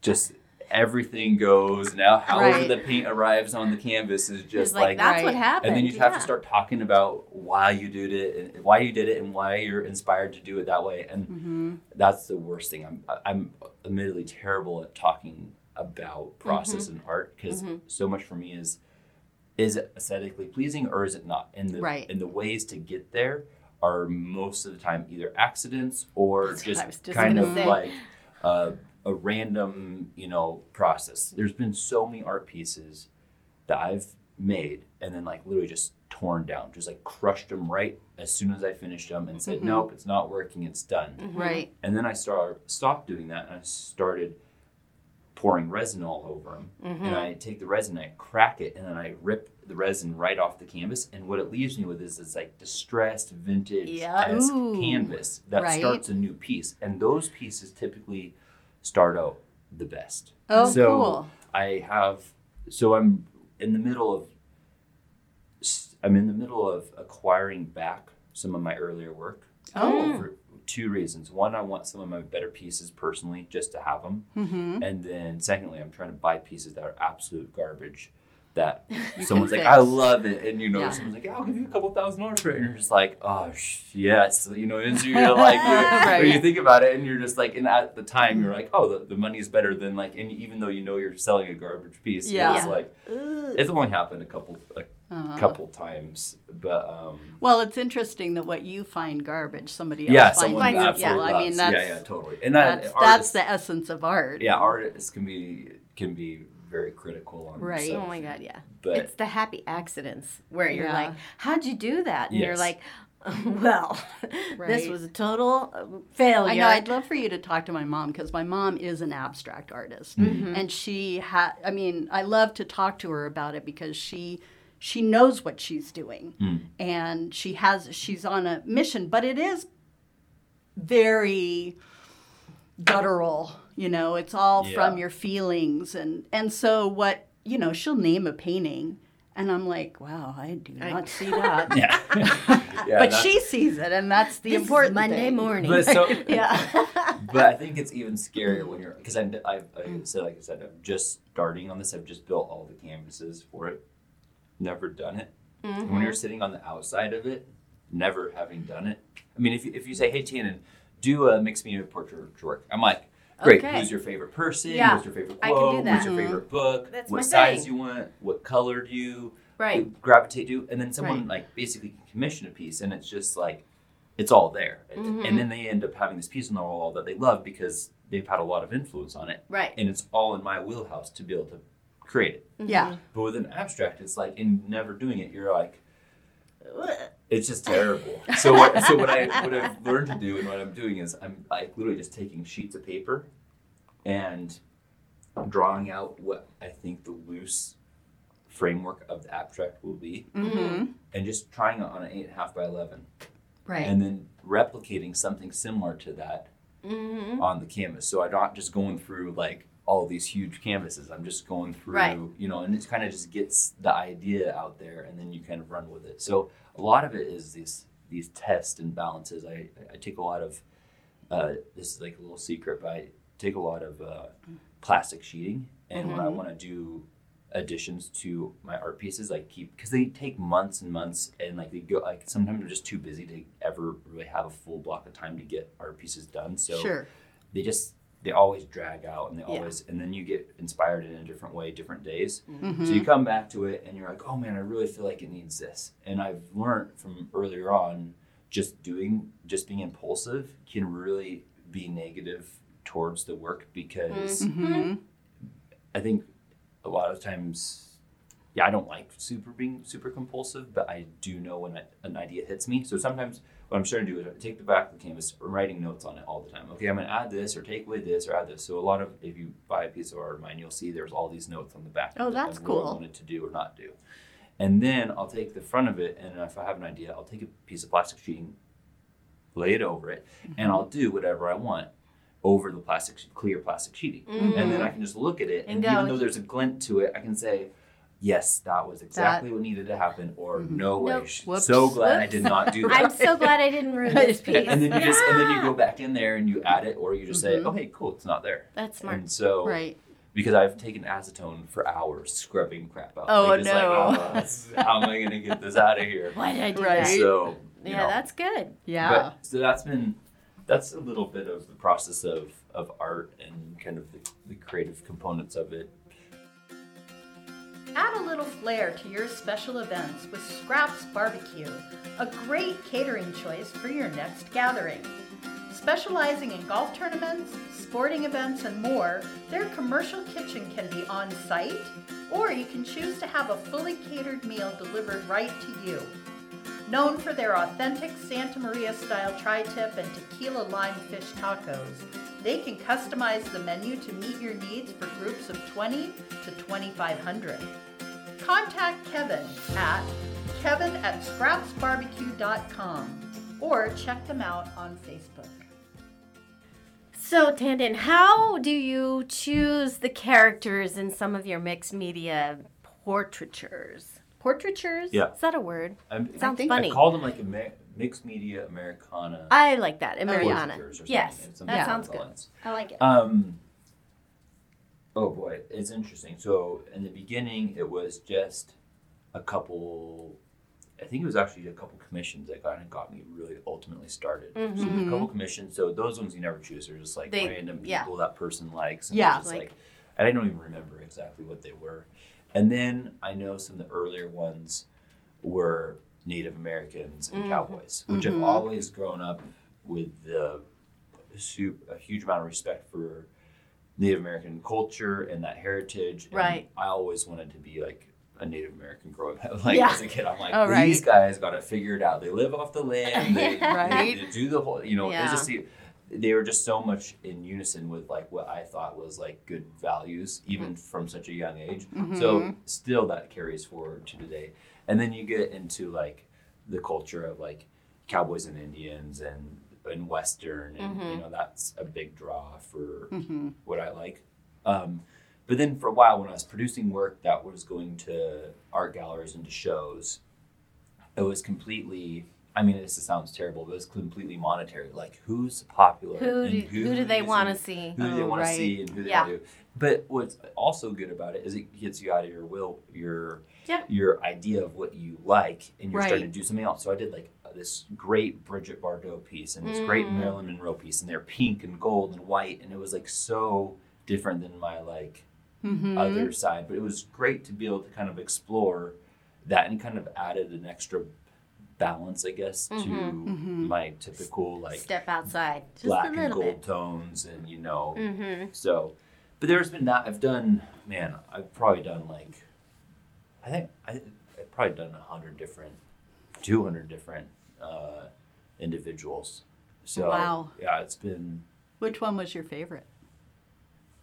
Speaker 4: just everything goes now however
Speaker 3: Right.
Speaker 4: the paint arrives on the canvas is just
Speaker 3: like,
Speaker 4: like,
Speaker 3: that's
Speaker 2: Right.
Speaker 3: what happened.
Speaker 4: and then you have
Speaker 3: yeah.
Speaker 4: to start talking about why you did it and why you did it and why you're inspired to do it that way and
Speaker 3: Mm-hmm.
Speaker 4: that's the worst thing i'm i'm admittedly terrible at talking about
Speaker 3: Mm-hmm.
Speaker 4: process and art because so much for me is is it aesthetically pleasing or is it not and the
Speaker 3: Right.
Speaker 4: and the ways to get there are most of the time either accidents or
Speaker 3: That's what
Speaker 4: just,
Speaker 3: I was just
Speaker 4: kind
Speaker 3: gonna
Speaker 4: of
Speaker 3: say.
Speaker 4: like uh, a random you know process there's been so many art pieces that I've made and then like literally just torn down, just like crushed them right as soon as I finished them and
Speaker 3: Mm-hmm.
Speaker 4: said, nope, it's not working, it's done.
Speaker 2: Mm-hmm.
Speaker 3: Right.
Speaker 4: And then I start, stopped doing that and I started pouring resin all over them.
Speaker 3: Mm-hmm.
Speaker 4: And I take the resin, I crack it, and then I rip the resin right off the canvas. And what it leaves me with is this like distressed vintage esque
Speaker 3: Yeah. Ooh.
Speaker 4: canvas that
Speaker 3: Right.
Speaker 4: starts a new piece. And those pieces typically start out the best.
Speaker 1: Oh,
Speaker 4: so
Speaker 1: cool.
Speaker 4: I have, so I'm in the middle of s- I'm in the middle of acquiring back some of my earlier work.
Speaker 2: Oh.
Speaker 4: For two reasons. One, I want some of my better pieces personally just to have them.
Speaker 3: Mm-hmm.
Speaker 4: And then secondly, I'm trying to buy pieces that are absolute garbage that someone's like,
Speaker 3: fix.
Speaker 4: I love it. And you know,
Speaker 3: Yeah.
Speaker 4: someone's like, yeah, I'll give you a couple thousand dollars for it. And you're just like, oh, sh- yes. You know, and so you're like, you or you
Speaker 3: Right.
Speaker 4: think about it and you're just like, and at the time you're like, oh, the, the money's better than like, and even though you know you're selling a garbage piece,
Speaker 2: Yeah.
Speaker 4: yeah. it's like, it's only happened a couple a
Speaker 3: Uh-huh.
Speaker 4: couple times, but um,
Speaker 2: Uh-huh. Well, it's interesting that what you find garbage, somebody else
Speaker 4: yeah,
Speaker 2: finds
Speaker 4: someone
Speaker 3: finds it-
Speaker 2: useful.
Speaker 4: absolutely
Speaker 2: I mean,
Speaker 4: loves.
Speaker 2: that's
Speaker 4: yeah, yeah, totally. And
Speaker 2: that's,
Speaker 4: that,
Speaker 2: that's
Speaker 4: artists,
Speaker 2: the essence of art.
Speaker 4: yeah, artists can be can be very critical on
Speaker 2: Right.
Speaker 4: themselves,
Speaker 3: Oh my god, yeah.
Speaker 4: But-
Speaker 3: it's the happy accidents where you're
Speaker 2: Yeah.
Speaker 3: like, "How'd you do that?" And you're
Speaker 4: Yes.
Speaker 3: like, "Well, this
Speaker 1: Right.
Speaker 3: was a total uh,
Speaker 4: Oh,
Speaker 3: failure."
Speaker 2: I know. I'd love for you to talk to my mom because my mom is an abstract artist,
Speaker 4: Mm-hmm.
Speaker 2: and she had. I mean, I love to talk to her about it because she she knows what she's doing,
Speaker 4: Mm.
Speaker 2: and she has she's on a mission. But it is very guttural, you know. It's all
Speaker 4: Yeah.
Speaker 2: from your feelings, and and so what you know, she'll name a painting, and I'm like, wow, I do not see that.
Speaker 4: Yeah, Yeah,
Speaker 2: But
Speaker 4: that's-
Speaker 2: she sees it, and that's the
Speaker 3: This is
Speaker 2: important
Speaker 3: Monday
Speaker 2: thing.
Speaker 3: morning.
Speaker 4: But so,
Speaker 2: Yeah.
Speaker 4: but I think it's even scarier when you're because I, I, I
Speaker 3: Mm.
Speaker 4: said like I said I'm just starting on this. I've just built all the canvases for it, never done it. And
Speaker 3: Mm-hmm.
Speaker 4: When you're sitting on the outside of it, never having done it. I mean, if you, if you say, "Hey, Tannen, do a mixed media portrait work," I'm like, "Great.
Speaker 3: Okay.
Speaker 4: Who's your favorite person?
Speaker 3: Yeah,
Speaker 4: What's your favorite
Speaker 3: I can do
Speaker 4: quote?
Speaker 3: that.
Speaker 4: What's your favorite book?
Speaker 3: That's my
Speaker 4: what size
Speaker 3: thing.
Speaker 4: you want? What color do you
Speaker 3: right.
Speaker 4: gravitate to?" And then someone like basically can commission a piece, and it's just like it's all there. And then they end up having this piece on the wall that they love because they've had a lot of influence on it.
Speaker 3: Right.
Speaker 4: And it's all in my wheelhouse to be able to create it.
Speaker 2: Yeah.
Speaker 4: But with an abstract, it's like, in never doing it, you're like, it's just terrible. So, what, so what I what I've learned to do and what I'm doing is I'm like literally just taking sheets of paper and drawing out what I think the loose framework of the abstract will be,
Speaker 2: Mm-hmm.
Speaker 4: and just trying it on an eight and a half by eleven
Speaker 3: Right.
Speaker 4: and then replicating something similar to that
Speaker 3: Mm-hmm,
Speaker 4: on the canvas. So I'm not just going through like all these huge canvases. I'm just going through,
Speaker 3: Right.
Speaker 4: you know, and it kind of just gets the idea out there, and then you kind of run with it. So a lot of it is these these tests and balances. I I take a lot of uh, this is like a little secret, but I take a lot of uh, plastic sheeting, and when I want to do additions to my art pieces, I keep because they take months and months, and like they go like sometimes I'm just too busy to ever really have a full block of time to get art pieces done. So
Speaker 2: Sure.
Speaker 4: they just they always drag out and they
Speaker 3: Yeah.
Speaker 4: always and then you get inspired in a different way different days so you come back to it and you're like oh man i really feel like it needs this and i've learned from earlier on just doing just being impulsive can really be negative towards the work because
Speaker 2: Mm-hmm.
Speaker 4: i think a lot of times yeah i don't like super being super compulsive but i do know when I, an idea hits me so sometimes what i'm starting to do is I take the back of the canvas i'm writing notes on it all the time okay i'm going to add this or take away this or add this so a lot of if you buy a piece of art of mine you'll see there's all these notes on the back
Speaker 2: Oh,
Speaker 4: of it
Speaker 2: that's
Speaker 4: of what
Speaker 2: cool.
Speaker 4: i wanted to do or not do and then i'll take the front of it and if i have an idea i'll
Speaker 2: Mm-hmm.
Speaker 4: take a piece of plastic sheeting lay it over it and i'll do whatever i want over the plastic clear plastic sheeting,
Speaker 3: mm-hmm.
Speaker 4: and then I can just look at it,
Speaker 3: And
Speaker 4: and,
Speaker 3: go,
Speaker 4: even though there's a glint to it, I can say. Yes, that was exactly what needed to happen, or
Speaker 3: Mm-hmm.
Speaker 4: no way.
Speaker 3: Nope.
Speaker 4: sh-
Speaker 1: Whoops.
Speaker 4: So glad I did not do that.
Speaker 5: I'm so glad I didn't ruin this
Speaker 4: Yeah,
Speaker 5: piece.
Speaker 4: and then you just and then you go back in there and you add it, or you just say, okay, cool, it's not there.
Speaker 3: That's Mm-hmm. smart.
Speaker 4: And so,
Speaker 2: Right.
Speaker 4: because I've taken acetone for hours scrubbing crap out.
Speaker 2: Oh,
Speaker 4: just Like, oh, this- how am I gonna get this out of here?
Speaker 3: Why did I do
Speaker 2: Right.
Speaker 3: that?
Speaker 4: So you
Speaker 3: Yeah,
Speaker 4: know,
Speaker 3: that's good.
Speaker 2: Yeah.
Speaker 4: But, so that's been that's a little bit of the process of of art and kind of the, the creative components of it.
Speaker 2: Add a little flair to your special events with Scraps Barbecue, a great catering choice for your next gathering. Specializing in golf tournaments, sporting events, and more, their commercial kitchen can be on site, or you can choose to have a fully catered meal delivered right to you. Known for their authentic Santa Maria style tri tip and tequila lime fish tacos, they can customize the menu to meet your needs for groups of 20 to 2,500. Contact Kevin at kevin at scrapsbarbecue.com or check them out on Facebook.
Speaker 5: So, Tandon, how do you choose the characters in some of your mixed media portraitures? Portraitures?
Speaker 4: Yeah.
Speaker 5: Is that a word?
Speaker 4: I'm,
Speaker 5: Sounds
Speaker 4: I think
Speaker 5: funny.
Speaker 4: I call them like a mixed media Americana.
Speaker 5: I like that.
Speaker 4: portraitures
Speaker 5: Americana.
Speaker 4: or something,
Speaker 5: Yes.
Speaker 4: something
Speaker 5: That
Speaker 4: along
Speaker 5: sounds
Speaker 4: those
Speaker 5: good.
Speaker 4: lines.
Speaker 5: I like it.
Speaker 4: Um. Oh boy, it's interesting. So in the beginning, it was just a couple. I think it was actually a couple commissions that got and got me really ultimately started.
Speaker 2: Mm-hmm.
Speaker 4: So a couple commissions. So those ones you never choose. They're just like
Speaker 3: Mm-hmm. They-
Speaker 4: random
Speaker 3: yeah.
Speaker 4: people that person likes. And
Speaker 2: Yeah,
Speaker 4: it's just
Speaker 3: like-
Speaker 4: like, and I don't even remember exactly what they were. And then I know some of the earlier ones were Native Americans
Speaker 3: Mm-hmm.
Speaker 4: and cowboys, which I've always grown up with the su- a huge amount of respect for Native American culture and that heritage. And
Speaker 3: Right.
Speaker 4: I always wanted to be like a Native American growing up. Like
Speaker 3: Yeah.
Speaker 4: as a kid, I'm like,
Speaker 3: Oh, right.
Speaker 4: these guys got to figure it out. They live off the land. They,
Speaker 2: Right.
Speaker 4: they, they do the whole, you know,
Speaker 3: Yeah.
Speaker 4: it's just the, they were just so much in unison with like what I thought was like good values, even from such a young age. So still that carries forward to today. And then you get into like the culture of like cowboys and Indians and and Western, and you know that's a big draw for what I like. Um, but then for a while, when I was producing work that was going to art galleries and to shows, it was completely. I mean, this sounds terrible, but it was completely monetary. Like, who's popular?
Speaker 5: Who
Speaker 4: and
Speaker 5: do, who do they
Speaker 4: isn't?
Speaker 5: want to see?
Speaker 4: who they
Speaker 2: Oh,
Speaker 4: want
Speaker 2: right.
Speaker 4: to see and who they
Speaker 5: Yeah.
Speaker 4: want to do. But what's also good about it is it gets you out of your will, your
Speaker 5: Yep.
Speaker 4: your idea of what you like, and you're starting
Speaker 2: Right.
Speaker 4: to do something else. So I did like this great Bridget Bardot piece and this great
Speaker 5: Mm.
Speaker 4: Marilyn Monroe piece, and they're pink and gold and white, and it was like so different than my like
Speaker 5: Mm-hmm.
Speaker 4: other side. But it was great to be able to kind of explore that and kind of added an extra balance, I guess, to
Speaker 5: Mm-hmm.
Speaker 2: Mm-hmm.
Speaker 4: my typical like
Speaker 5: Step outside. Just
Speaker 4: black
Speaker 5: a
Speaker 4: and
Speaker 5: little
Speaker 4: gold
Speaker 5: bit.
Speaker 4: tones and you know so but there's been that i've done man i've probably done like i think I, i've probably done 100 different 200 different uh, individuals so
Speaker 2: Wow.
Speaker 4: yeah it's been
Speaker 2: Which one was your favorite?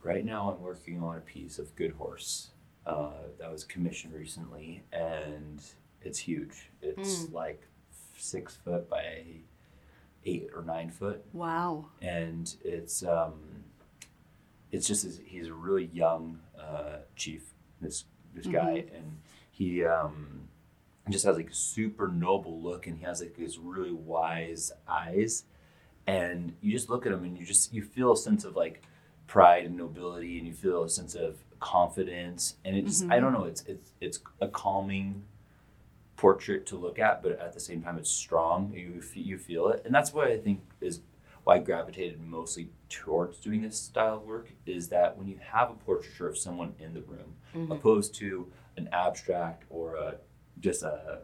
Speaker 4: right now i'm working on a piece of good horse uh, that was commissioned recently and it's huge it's like six foot by eight or nine foot
Speaker 2: Wow.
Speaker 4: and it's um, it's just this, he's a really young uh, chief, this this guy, and he um, just has like a super noble look, and he has like these really wise eyes, and you just look at him, and you just you feel a sense of like pride and nobility, and you feel a sense of confidence, and it just I don't know, it's it's it's a calming portrait to look at, but at the same time, it's strong. You f- you feel it, and that's what I think is why I gravitated mostly towards doing this style of work is that when you have a portraiture of someone in the room, opposed to an abstract or a just a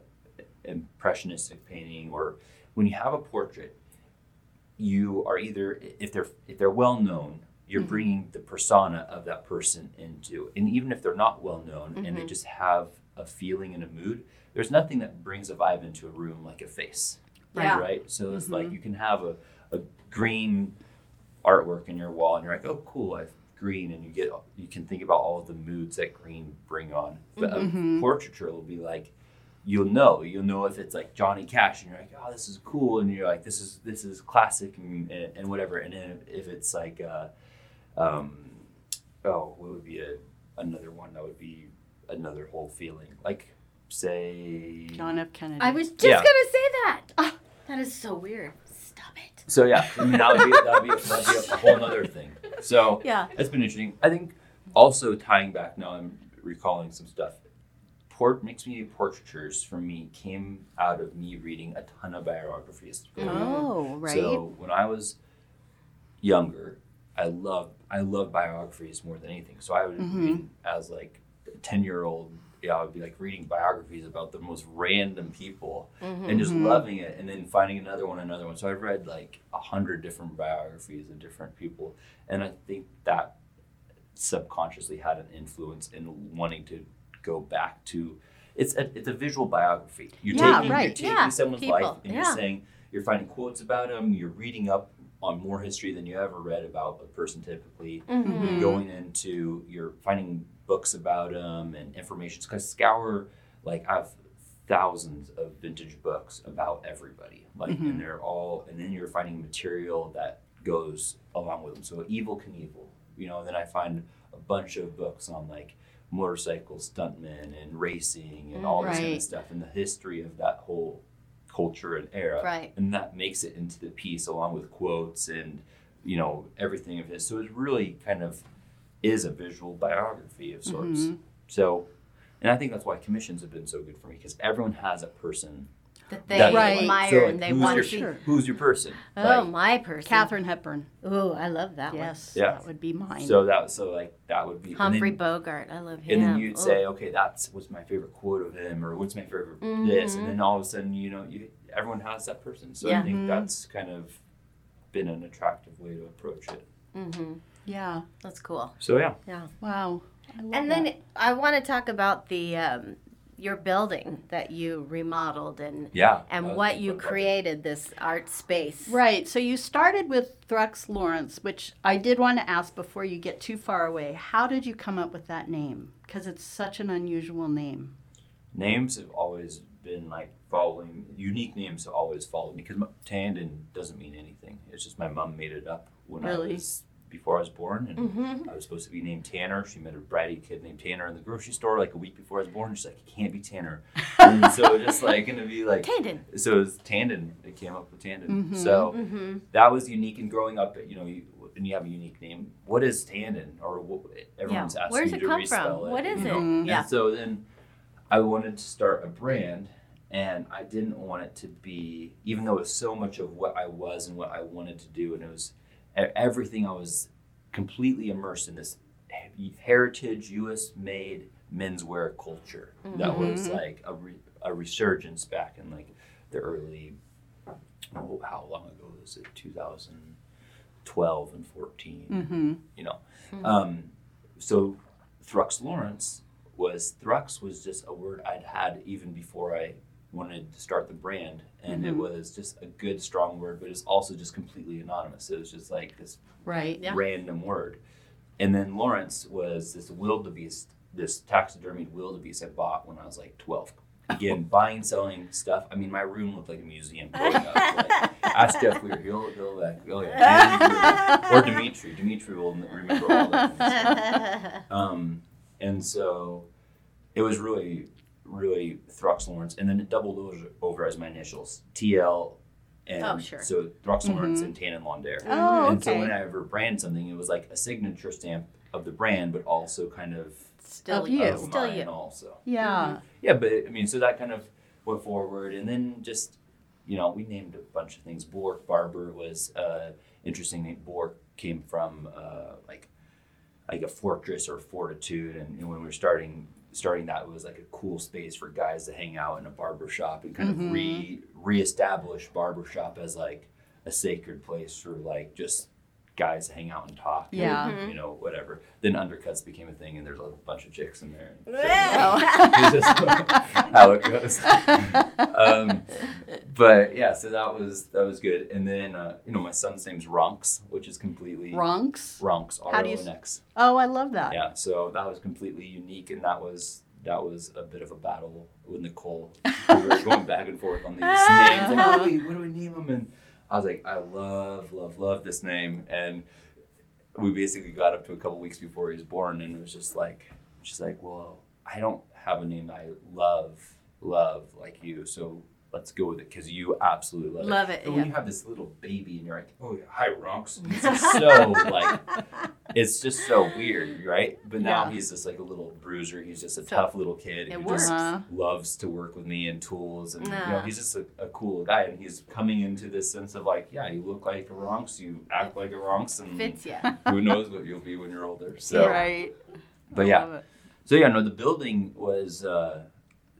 Speaker 4: impressionistic painting, or when you have a portrait, you are either if they're if they're well known you're bringing the persona of that person into and even if they're not well known and they just have a feeling and a mood there's nothing that brings a vibe into a room like a face
Speaker 3: Yeah.
Speaker 4: right so it's like you can have a, a green artwork in your wall and you're like oh cool i green and you get you can think about all of the moods that green bring on but a portraiture will be like you'll know. You'll know if it's like Johnny Cash, and you're like, oh, this is cool, and you're like, this is this is classic, and, and, and whatever. And then if it's like, uh, um, oh, what would be a, another one that would be another whole feeling, like say
Speaker 2: John F. Kennedy.
Speaker 5: I was just
Speaker 4: Yeah.
Speaker 5: gonna say that. Ah, that is so weird. Stop it.
Speaker 4: So yeah, I mean, that would be that would be, that'd be a whole other thing. So
Speaker 5: Yeah.
Speaker 4: that's been interesting. I think also tying back now, I'm recalling some stuff. Port mixed media portraitures for me came out of me reading a ton of biographies.
Speaker 2: Mm.
Speaker 4: growing up.
Speaker 3: Oh, right.
Speaker 4: So when I was younger, I loved I loved biographies more than anything. So I would
Speaker 3: Mm-hmm.
Speaker 4: read as like a ten year old, yeah, I would be like reading biographies about the most random people and
Speaker 3: Mm-hmm.
Speaker 4: just loving it, and then finding another one, another one. So I've read like a hundred different biographies of different people, and I think that subconsciously had an influence in wanting to go back to. It's a, it's a visual biography. You're
Speaker 3: Yeah,
Speaker 4: taking,
Speaker 3: right.
Speaker 4: you're taking
Speaker 5: Yeah,
Speaker 4: someone's
Speaker 5: people.
Speaker 4: life and
Speaker 5: Yeah.
Speaker 4: you're saying you're finding quotes about them. You're reading up on more history than you ever read about a person typically.
Speaker 2: Mm-hmm.
Speaker 3: Mm-hmm.
Speaker 4: You're Mm-hmm. going into you're finding books about them and information. Because scour like I've thousands of vintage books about everybody. Like and they're all and then you're finding material that goes along with them. So evil Knievel, you know, and then I find a bunch of books on like motorcycles, stuntmen and racing and all this kind
Speaker 3: Right.
Speaker 4: of stuff and the history of that whole culture and era.
Speaker 5: Right.
Speaker 4: And that makes it into the piece along with quotes and, you know, everything of his. So it really kind of is a visual biography of sorts. So, and I think that's why commissions have been so good for me because everyone has a person.
Speaker 5: That they
Speaker 4: that
Speaker 3: Right.
Speaker 5: admire
Speaker 4: So, like,
Speaker 5: and they
Speaker 4: who's
Speaker 5: want
Speaker 4: your,
Speaker 5: to see.
Speaker 4: Who's your person?
Speaker 5: Oh,
Speaker 4: Like,
Speaker 5: my person.
Speaker 2: Catherine Hepburn.
Speaker 5: Oh, I love that
Speaker 2: Yes,
Speaker 4: Yeah.
Speaker 2: that would be mine.
Speaker 4: So that so like that would be
Speaker 5: one.
Speaker 4: and
Speaker 5: Humphrey
Speaker 4: then-
Speaker 5: Bogart. I love him.
Speaker 4: and then you'd
Speaker 5: Oh.
Speaker 4: say, okay, that's what's my favorite quote of him, or what's my favorite this, and then all of a sudden, you know, you, everyone has that person. So
Speaker 5: Mm-hmm. Yeah. Mm-hmm.
Speaker 4: I think that's kind of been an attractive way to approach it.
Speaker 2: yeah,
Speaker 5: Mm-hmm. that's cool.
Speaker 4: So yeah,
Speaker 2: wow. I
Speaker 5: And
Speaker 2: love that.
Speaker 5: then I want to talk about the um, your building that you remodeled and
Speaker 4: yeah, Uh,
Speaker 5: and
Speaker 4: That
Speaker 5: what
Speaker 4: was
Speaker 5: you
Speaker 4: fun.
Speaker 5: created this art space.
Speaker 2: Right. So you started with Thrux Lawrence, which I did want to ask before you get too far away. How did you come up with that name? Because it's such an unusual name.
Speaker 4: names have always been like following unique names have always followed me because Tandon doesn't mean anything. It's just my mom made it up when
Speaker 2: Really?
Speaker 4: I was before I was born, and
Speaker 2: Mm-hmm.
Speaker 4: I was supposed to be named Tanner. She met a bratty kid named Tanner in the grocery store like a week before I was born. She's like, "You can't be Tanner," and so it's just like gonna be like
Speaker 5: Tandon.
Speaker 4: so it was Tandon. It came up with Tandon.
Speaker 5: Mm-hmm.
Speaker 4: So that was unique. And growing up, you know, you, and you have a unique name. What is Tandon? Or what, everyone's asking
Speaker 5: Where's
Speaker 4: you
Speaker 5: it
Speaker 4: to
Speaker 5: come
Speaker 4: respell
Speaker 5: from?
Speaker 4: it.
Speaker 5: What is
Speaker 4: you
Speaker 5: it?
Speaker 4: know?
Speaker 5: Yeah.
Speaker 4: And so then I wanted to start a brand and I didn't want it to be, even though it was so much of what I was and what I wanted to do, and it was e- everything I was completely immersed in this he- heritage US made menswear culture that was like a, re- a resurgence back in like the early, oh, how long ago was it? 2012 and 14,
Speaker 2: Mm-hmm.
Speaker 4: you know. Um, so Thrux Lawrence was Thrux was just a word I'd had even before I wanted to start the brand, and it was just a good strong word, but it's also just completely anonymous. It was just like this
Speaker 2: Right.
Speaker 5: Yeah.
Speaker 4: random word, and then Lawrence was this wildebeest, this taxidermied wildebeest I bought when I was like twelve. Again, buying, selling stuff. I mean, my room looked like a museum. Growing up. Like, ask Jeff Weir. He'll, he'll like, oh yeah. or Dimitri. Dimitri will remember all that. kind of stuff. Um, and so it was really, really Thrux Lawrence. And then it doubled over, over as my initials TL and
Speaker 5: Oh, sure. Mm-hmm.
Speaker 4: so Thrux Lawrence and Tannen Londair.
Speaker 2: Oh,
Speaker 4: And so
Speaker 2: okay.
Speaker 4: when I ever brand something, it was like a signature stamp of the brand, but also kind of
Speaker 5: Still
Speaker 2: Of
Speaker 5: you.
Speaker 2: you.
Speaker 4: of
Speaker 5: Still
Speaker 4: mine
Speaker 5: you.
Speaker 4: also.
Speaker 2: Yeah.
Speaker 4: Yeah, but I mean, so that kind of went forward, and then just you know, we named a bunch of things. Bork Barber was uh, interesting. name. Bork came from uh, like like a fortress or fortitude, and, and when we were starting starting that, it was like a cool space for guys to hang out in a barber shop and kind of re reestablish barber shop as like a sacred place for like just guys to hang out and talk. and,
Speaker 2: Yeah.
Speaker 4: you know, whatever. Then undercuts became a thing, and there's a bunch of chicks in there. and so- it's just how it goes. um, but yeah, so that was that was good. And then uh, you know my son's name's Ronks, which is completely
Speaker 2: Ronks.
Speaker 4: Ronks R
Speaker 2: How
Speaker 4: O
Speaker 2: do you s-
Speaker 4: N X.
Speaker 2: Oh, I love that.
Speaker 4: Yeah, so that was completely unique, and that was that was a bit of a battle with Nicole. we were going back and forth on these
Speaker 5: Uh-huh.
Speaker 4: names. Like, what, do we, what do we name them? And I was like, I love, love, love this name. And we basically got up to a couple weeks before he was born, and it was just like, she's like, well, I don't have a name that I love, love like you. So let's go with it because you absolutely love,
Speaker 5: Love
Speaker 4: it.
Speaker 5: it,
Speaker 4: But when
Speaker 5: yeah.
Speaker 4: you have this little baby and you're like, oh yeah, hi Ronks. It's just so like, it's just so weird, right? But now
Speaker 5: Yeah.
Speaker 4: he's just like a little bruiser. He's just a
Speaker 5: So-
Speaker 4: tough little kid
Speaker 5: It
Speaker 4: who
Speaker 5: works.
Speaker 4: just
Speaker 2: Uh-huh.
Speaker 4: loves to work with me and tools, and you know
Speaker 5: Nah.
Speaker 4: he's just a, a cool guy. And he's coming into this sense of like, yeah, you look like a Ronks, you act like a Ronks, and
Speaker 5: Fits ya.
Speaker 4: who knows what you'll be when you're older. So,
Speaker 2: Right.
Speaker 4: but
Speaker 2: I
Speaker 4: yeah,
Speaker 2: love it.
Speaker 4: so yeah, no, the building was uh,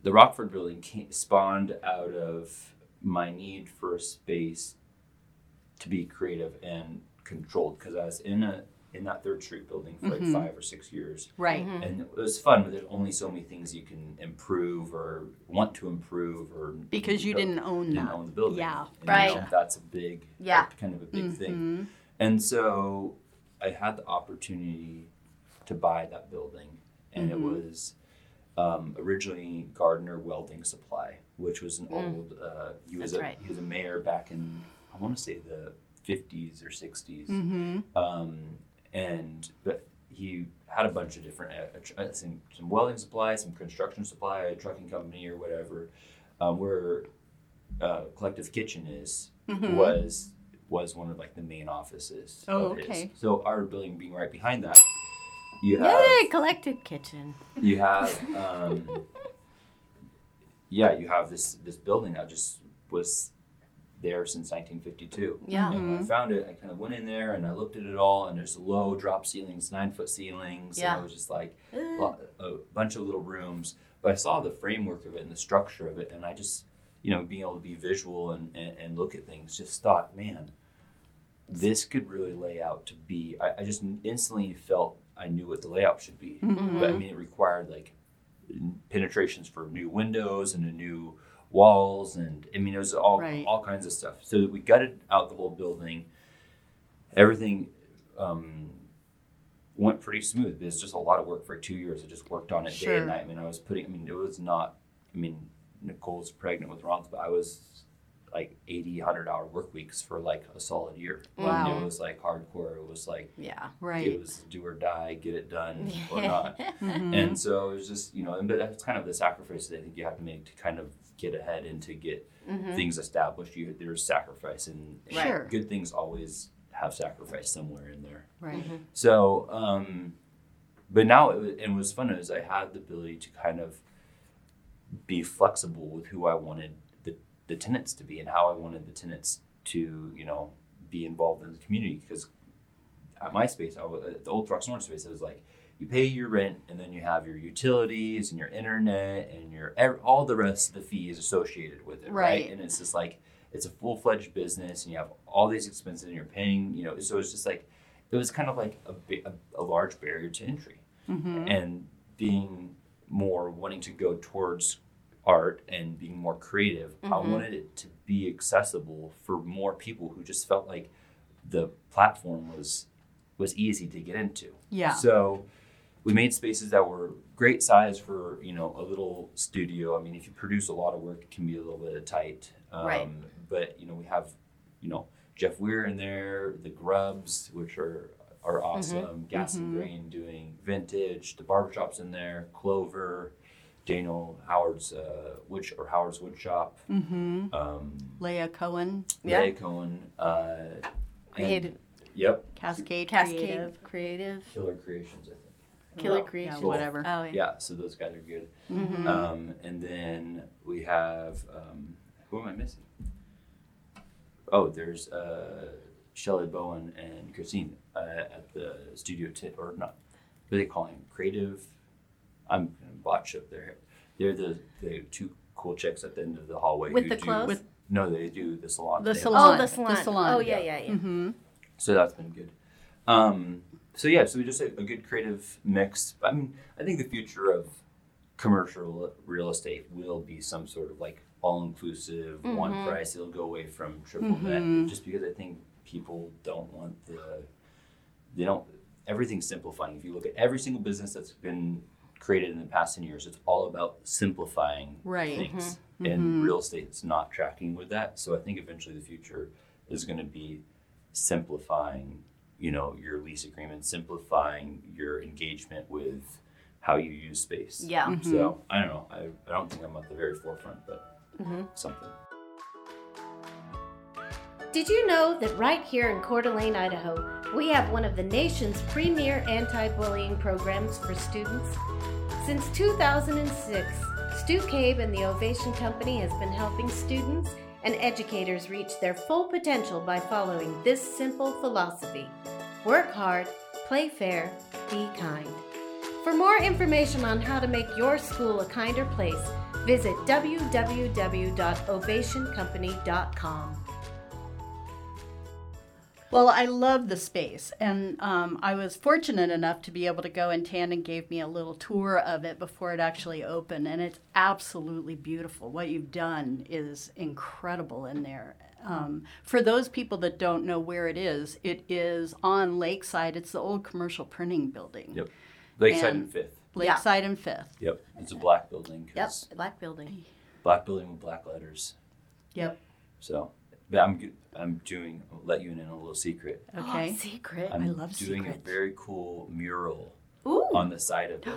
Speaker 4: the Rockford building came, spawned out of my need for a space to be creative and controlled because I was in a in that Third Street building for like five or six years,
Speaker 2: Right.
Speaker 5: Mm-hmm.
Speaker 4: and it was fun. But there's only so many things you can improve or want to improve or
Speaker 2: Because you didn't own
Speaker 4: didn't
Speaker 2: that.
Speaker 4: own the building.
Speaker 2: Yeah.
Speaker 4: And, you
Speaker 5: Right.
Speaker 4: know, that's a big,
Speaker 5: Yeah.
Speaker 4: kind of a
Speaker 2: Mm-hmm.
Speaker 4: big thing. And so I had the opportunity to buy that building, and it
Speaker 2: Mm-hmm.
Speaker 4: was um, originally Gardner Welding Supply, which was an
Speaker 2: Mm.
Speaker 4: old. Uh, he was
Speaker 5: That's
Speaker 4: a,
Speaker 5: right.
Speaker 4: he was a mayor back in I want to say the fifties or 60s
Speaker 2: Mm-hmm.
Speaker 4: um, and but he had a bunch of different uh, uh, some, some welding supply, some construction supply, a trucking company or whatever. Um, where uh, Collective Kitchen is was was one of like the main offices.
Speaker 2: Mm-hmm. Oh,
Speaker 4: of his.
Speaker 2: okay.
Speaker 4: So our building being right behind that, you have
Speaker 5: Yay, collective kitchen.
Speaker 4: you have um, yeah you have this this building that just was there since 1952
Speaker 5: Yeah. Mm-hmm.
Speaker 4: and when i found it i kind of went in there and i looked at it all and there's low drop ceilings nine foot ceilings and
Speaker 5: Yeah.
Speaker 4: i was just like lo- a bunch of little rooms but i saw the framework of it and the structure of it and i just you know being able to be visual and and, and look at things just thought man this could really lay out to be I, I just instantly felt i knew what the layout should be
Speaker 2: Mm-hmm.
Speaker 4: but i mean it required like n- penetrations for new windows and the new walls and i mean it was all
Speaker 2: Right.
Speaker 4: all kinds of stuff so we gutted out the whole building everything um, went pretty smooth it was just a lot of work for two years i just worked on it day
Speaker 2: Sure.
Speaker 4: and night i mean i was putting i mean it was not i mean nicole's pregnant with ron's but i was like 80 100 hour work weeks for like a solid year I mean,
Speaker 2: Wow.
Speaker 4: it was like hardcore it was like
Speaker 5: Yeah.
Speaker 4: it
Speaker 2: Right.
Speaker 4: was do or die, get it done or not.
Speaker 2: Mm-hmm.
Speaker 4: And so it was just, you know, and but that's kind of the sacrifice that I think you have to make to kind of get ahead and to get things established. You there's sacrifice and, and
Speaker 2: Sure.
Speaker 4: good things always have sacrifice somewhere in there.
Speaker 2: Right.
Speaker 4: So, um, but now it was, and was fun is I had the ability to kind of be flexible with who I wanted the, the tenants to be and how I wanted the tenants to, you know, be involved in the community. Because at my space, I was, at the old Roxanne space, it was like you pay your rent and then you have your utilities and your internet and your ev- all the rest of the fees associated with it, right?
Speaker 2: Right.
Speaker 4: And it's just like it's a full fledged business and you have all these expenses and you're paying, you know. So it's just like it was kind of like a, ba- a, a large barrier to entry and being more wanting to go towards art and being more creative i wanted it to be accessible for more people who just felt like the platform was was easy to get into
Speaker 2: Yeah.
Speaker 4: so we made spaces that were great size for you know a little studio i mean if you produce a lot of work it can be a little bit tight um,
Speaker 5: Right.
Speaker 4: but you know we have you know jeff weir in there the grubs which are are awesome gas and grain doing vintage the barbershops in there clover daniel howard's uh, wood or howard's wood shop um,
Speaker 2: Leah Cohen,
Speaker 3: Yeah.
Speaker 4: Leigh cohen uh, and-
Speaker 3: Created.
Speaker 4: yep
Speaker 2: Cascade,
Speaker 5: Cascade.
Speaker 2: Creative.
Speaker 3: creative
Speaker 4: killer creations i think
Speaker 3: killer
Speaker 2: Yeah,
Speaker 3: creation.
Speaker 2: whatever.
Speaker 5: Oh, yeah.
Speaker 4: Yeah, so those guys are good.
Speaker 2: Mm-hmm.
Speaker 4: Um, and then we have um, who am I missing? Oh, there's uh, Shelley Bowen and Christine uh, at the studio tip or not? What do they call him? Creative. I'm gonna botch up there. They're the the two cool chicks at the end of the hallway
Speaker 5: With
Speaker 4: who
Speaker 5: the
Speaker 4: do-
Speaker 5: clothes? With-
Speaker 4: no, they do the salon.
Speaker 2: The
Speaker 4: thing.
Speaker 2: salon.
Speaker 5: Oh, the
Speaker 2: The
Speaker 5: salon.
Speaker 2: salon,
Speaker 5: Oh, yeah, yeah, yeah.
Speaker 2: Mm-hmm.
Speaker 4: So that's been good. Um, so yeah, so we just a, a good creative mix. I mean, I think the future of commercial real estate will be some sort of like all inclusive, one price. It'll go away from triple net just because I think people don't want the they don't everything's simplifying. If you look at every single business that's been created in the past 10 years, it's all about simplifying
Speaker 6: Right.
Speaker 4: things. And real estate's not tracking with that. So I think eventually the future is going to be simplifying, you know, your lease agreement, simplifying your engagement with how you use space.
Speaker 3: Yeah.
Speaker 2: Mm-hmm.
Speaker 4: So I don't know. I, I don't think I'm at the very forefront, but something.
Speaker 3: Did you know that right here in Coeur d'Alene, Idaho, we have one of the nation's premier anti bullying programs for students? Since 2006, Stu Cave and the Ovation Company has been helping students and educators reach their full potential by following this simple philosophy work hard, play fair, be kind. For more information on how to make your school a kinder place, visit www.ovationcompany.com.
Speaker 2: Well, I love the space, and um, I was fortunate enough to be able to go, and Tandon gave me a little tour of it before it actually opened, and it's absolutely beautiful. What you've done is incredible in there. Um, for those people that don't know where it is, it is on Lakeside. It's the old commercial printing building,
Speaker 4: Yep. Lakeside
Speaker 2: And-
Speaker 4: and Fifth.
Speaker 2: Lakeside and Fifth.
Speaker 4: Yep. It's a black building
Speaker 7: Yep,
Speaker 4: 'cause
Speaker 7: black building.
Speaker 4: black building with black letters.
Speaker 2: Yep.
Speaker 4: So, but I'm g- I'm doing. I'll let you in on a little secret.
Speaker 2: Okay.
Speaker 3: Oh, Secret.
Speaker 4: I'm
Speaker 2: love
Speaker 4: doing a
Speaker 2: secrets.
Speaker 4: very cool mural
Speaker 3: Ooh.
Speaker 4: on the side of it.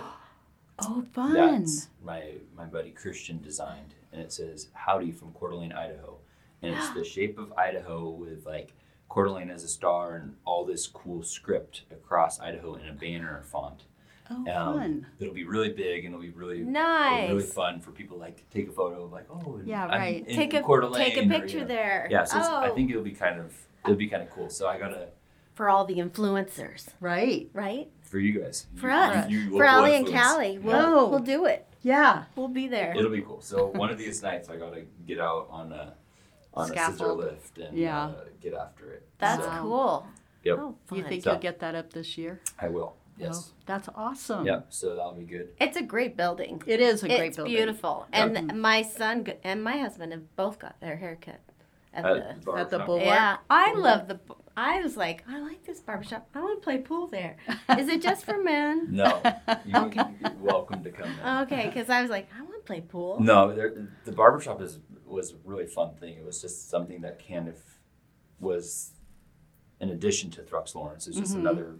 Speaker 2: Oh, fun.
Speaker 4: That's my my buddy Christian designed, and it says "Howdy from Coeur d'Alene, Idaho," and it's the shape of Idaho with like Coeur d'Alene as a star and all this cool script across Idaho in a banner font.
Speaker 2: oh,
Speaker 4: Um,
Speaker 2: fun.
Speaker 4: It'll be really big and it'll be really it'll be really
Speaker 3: Nice.
Speaker 4: fun for people like to take a photo of like oh and
Speaker 2: Yeah,
Speaker 4: I'm
Speaker 2: right.
Speaker 4: in
Speaker 3: take a
Speaker 4: Coeur d'Alene,
Speaker 3: take a
Speaker 4: or,
Speaker 3: picture
Speaker 4: you know.
Speaker 3: there.
Speaker 4: Yeah, so it's,
Speaker 3: oh,
Speaker 4: I think it'll be kind of it'll be kind of cool. So I gotta
Speaker 3: for all the influencers,
Speaker 2: Right.
Speaker 3: right?
Speaker 4: for you guys
Speaker 3: For
Speaker 4: you-
Speaker 3: us,
Speaker 4: you
Speaker 3: for
Speaker 4: local
Speaker 3: Allie and
Speaker 4: influence.
Speaker 3: Callie, we'll
Speaker 2: No.
Speaker 3: we'll do it.
Speaker 2: Yeah.
Speaker 3: We'll be there.
Speaker 4: It'll be cool. So one of these nights, I gotta get out on a on a scissor
Speaker 2: Scaffold.
Speaker 4: lift and
Speaker 2: Yeah.
Speaker 4: uh, get after it.
Speaker 3: That's
Speaker 4: so,
Speaker 3: cool.
Speaker 4: Yep.
Speaker 3: Oh, fun.
Speaker 2: You think
Speaker 4: So-
Speaker 2: you'll get that up this year?
Speaker 4: I will. Yes.
Speaker 2: Oh, that's awesome.
Speaker 4: Yep. So that'll be good.
Speaker 3: it's a great building.
Speaker 2: It is a great
Speaker 3: it's
Speaker 2: building.
Speaker 3: beautiful, and my son g- and my husband have both got their haircut at
Speaker 4: Uh,
Speaker 3: the.
Speaker 4: Barb
Speaker 2: At the
Speaker 4: Shop.
Speaker 2: Bulwark.
Speaker 3: Yeah, I love the. b- I was like, I like this barbershop. I want to play pool there. Is it just for men?
Speaker 4: No, you, are welcome to come. Now.
Speaker 3: Okay, because I was like, I want to play pool.
Speaker 4: No, there, the barbershop is was a really fun thing. It was just something that kind of was in addition to Thrux Lawrence. It's just
Speaker 2: Mm-hmm.
Speaker 4: another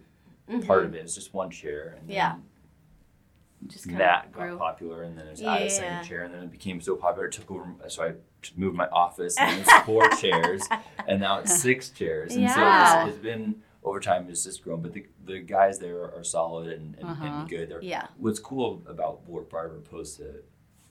Speaker 3: Mm-hmm.
Speaker 4: part of it. It's just one chair. And
Speaker 3: Yeah.
Speaker 4: then
Speaker 3: Just kinda
Speaker 4: Matt got
Speaker 3: grew.
Speaker 4: popular, and then it was out of
Speaker 3: Yeah.
Speaker 4: second chair, and then it became so popular it took over. So I t- moved my office, and it's four chairs, and now it's six chairs, and so
Speaker 3: Yeah.
Speaker 4: it's, it's been over time it's just grown. But the, the guys there are solid and, and,
Speaker 2: Uh-huh.
Speaker 4: and good. They're,
Speaker 3: Yeah.
Speaker 4: What's cool about Warp Barber opposed to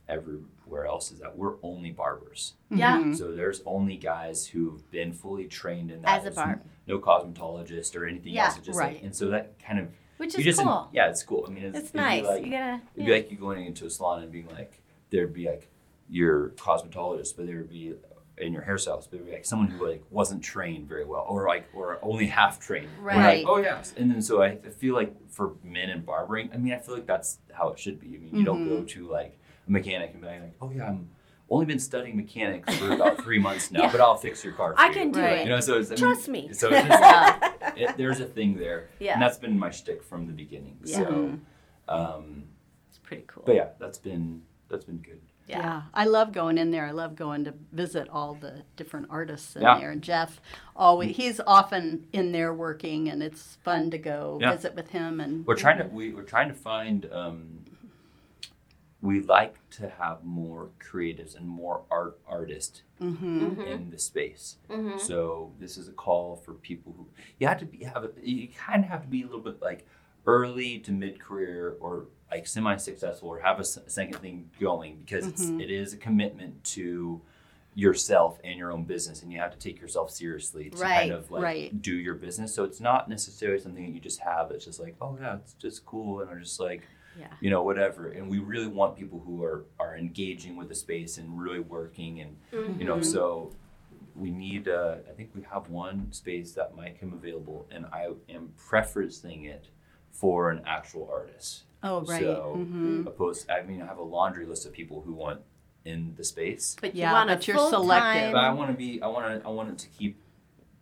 Speaker 4: everywhere else is that we're only barbers.
Speaker 3: Yeah.
Speaker 2: Mm-hmm.
Speaker 4: So there's only guys who've been fully trained in that.
Speaker 3: As a
Speaker 4: There's
Speaker 3: barb.
Speaker 4: No cosmetologist or anything
Speaker 3: Yeah,
Speaker 4: else. It's just like-
Speaker 2: right.
Speaker 4: and so that kind of
Speaker 3: Which
Speaker 4: you
Speaker 3: is
Speaker 4: just en-
Speaker 3: cool.
Speaker 4: yeah, it's cool. I mean, it's,
Speaker 3: It's
Speaker 4: it'd be
Speaker 3: nice.
Speaker 4: like-
Speaker 3: you gotta.
Speaker 4: It'd
Speaker 3: yeah.
Speaker 4: be like you going into a salon and being like, there'd be like your cosmetologist, but there would be in your hairstylist, but there'd be like someone who like wasn't trained very well, or like or only half trained. And you're like,
Speaker 2: Right.
Speaker 4: oh yes. And then so I feel like for men in barbering, I mean, I feel like that's how it should be. I mean, you don't
Speaker 3: Mm-hmm.
Speaker 4: go to like a mechanic and be like, oh yeah, I'm only been studying mechanics for about three months now,
Speaker 3: Yeah.
Speaker 4: but I'll fix your car. For
Speaker 3: I
Speaker 4: you."
Speaker 3: can do
Speaker 2: Right.
Speaker 3: it.
Speaker 4: You know, so it's, I mean,
Speaker 3: Trust me.
Speaker 4: So it's just like, it, there's a thing there,
Speaker 3: Yeah. Mm-hmm.
Speaker 4: and that's been my shtick from the beginning. So, um,
Speaker 3: It's pretty cool.
Speaker 4: but yeah, Oh, that's been that's been good.
Speaker 2: Yeah.
Speaker 3: Yeah.
Speaker 2: I love going in there. I love going to visit all the different artists in
Speaker 4: Yeah.
Speaker 2: there. And Jeff, always he's often in there working, and it's fun to go
Speaker 4: Yeah.
Speaker 2: visit with him. And
Speaker 4: We're trying to we, we're trying to find. Um, we like to have more creatives and more art artists
Speaker 2: mm-hmm.
Speaker 4: in the space.
Speaker 3: Mm-hmm.
Speaker 4: So this is a call for people who you have to be have a, you kind of have to be a little bit like early to mid career or like semi successful or have a s- second thing going because
Speaker 3: Mm-hmm.
Speaker 4: it's, it is a commitment to yourself and your own business and you have to take yourself seriously to
Speaker 3: Right,
Speaker 4: kind of like
Speaker 2: right.
Speaker 4: do your business so it's not necessarily something that you just have it's just like oh yeah it's just cool and i'm just like
Speaker 3: Yeah.
Speaker 4: you know whatever and we really want people who are are engaging with the space and really working and
Speaker 2: Mm-hmm.
Speaker 4: you know so we need uh, i think we have one space that might come available and i am preferencing it for an actual artist
Speaker 2: oh right,
Speaker 4: so
Speaker 2: Mhm.
Speaker 4: opposed i mean i have a laundry list of people who want in the space
Speaker 3: But
Speaker 2: Yeah,
Speaker 3: you want
Speaker 2: but
Speaker 3: to
Speaker 2: you're selective.
Speaker 4: but i want to be i want to i want it to keep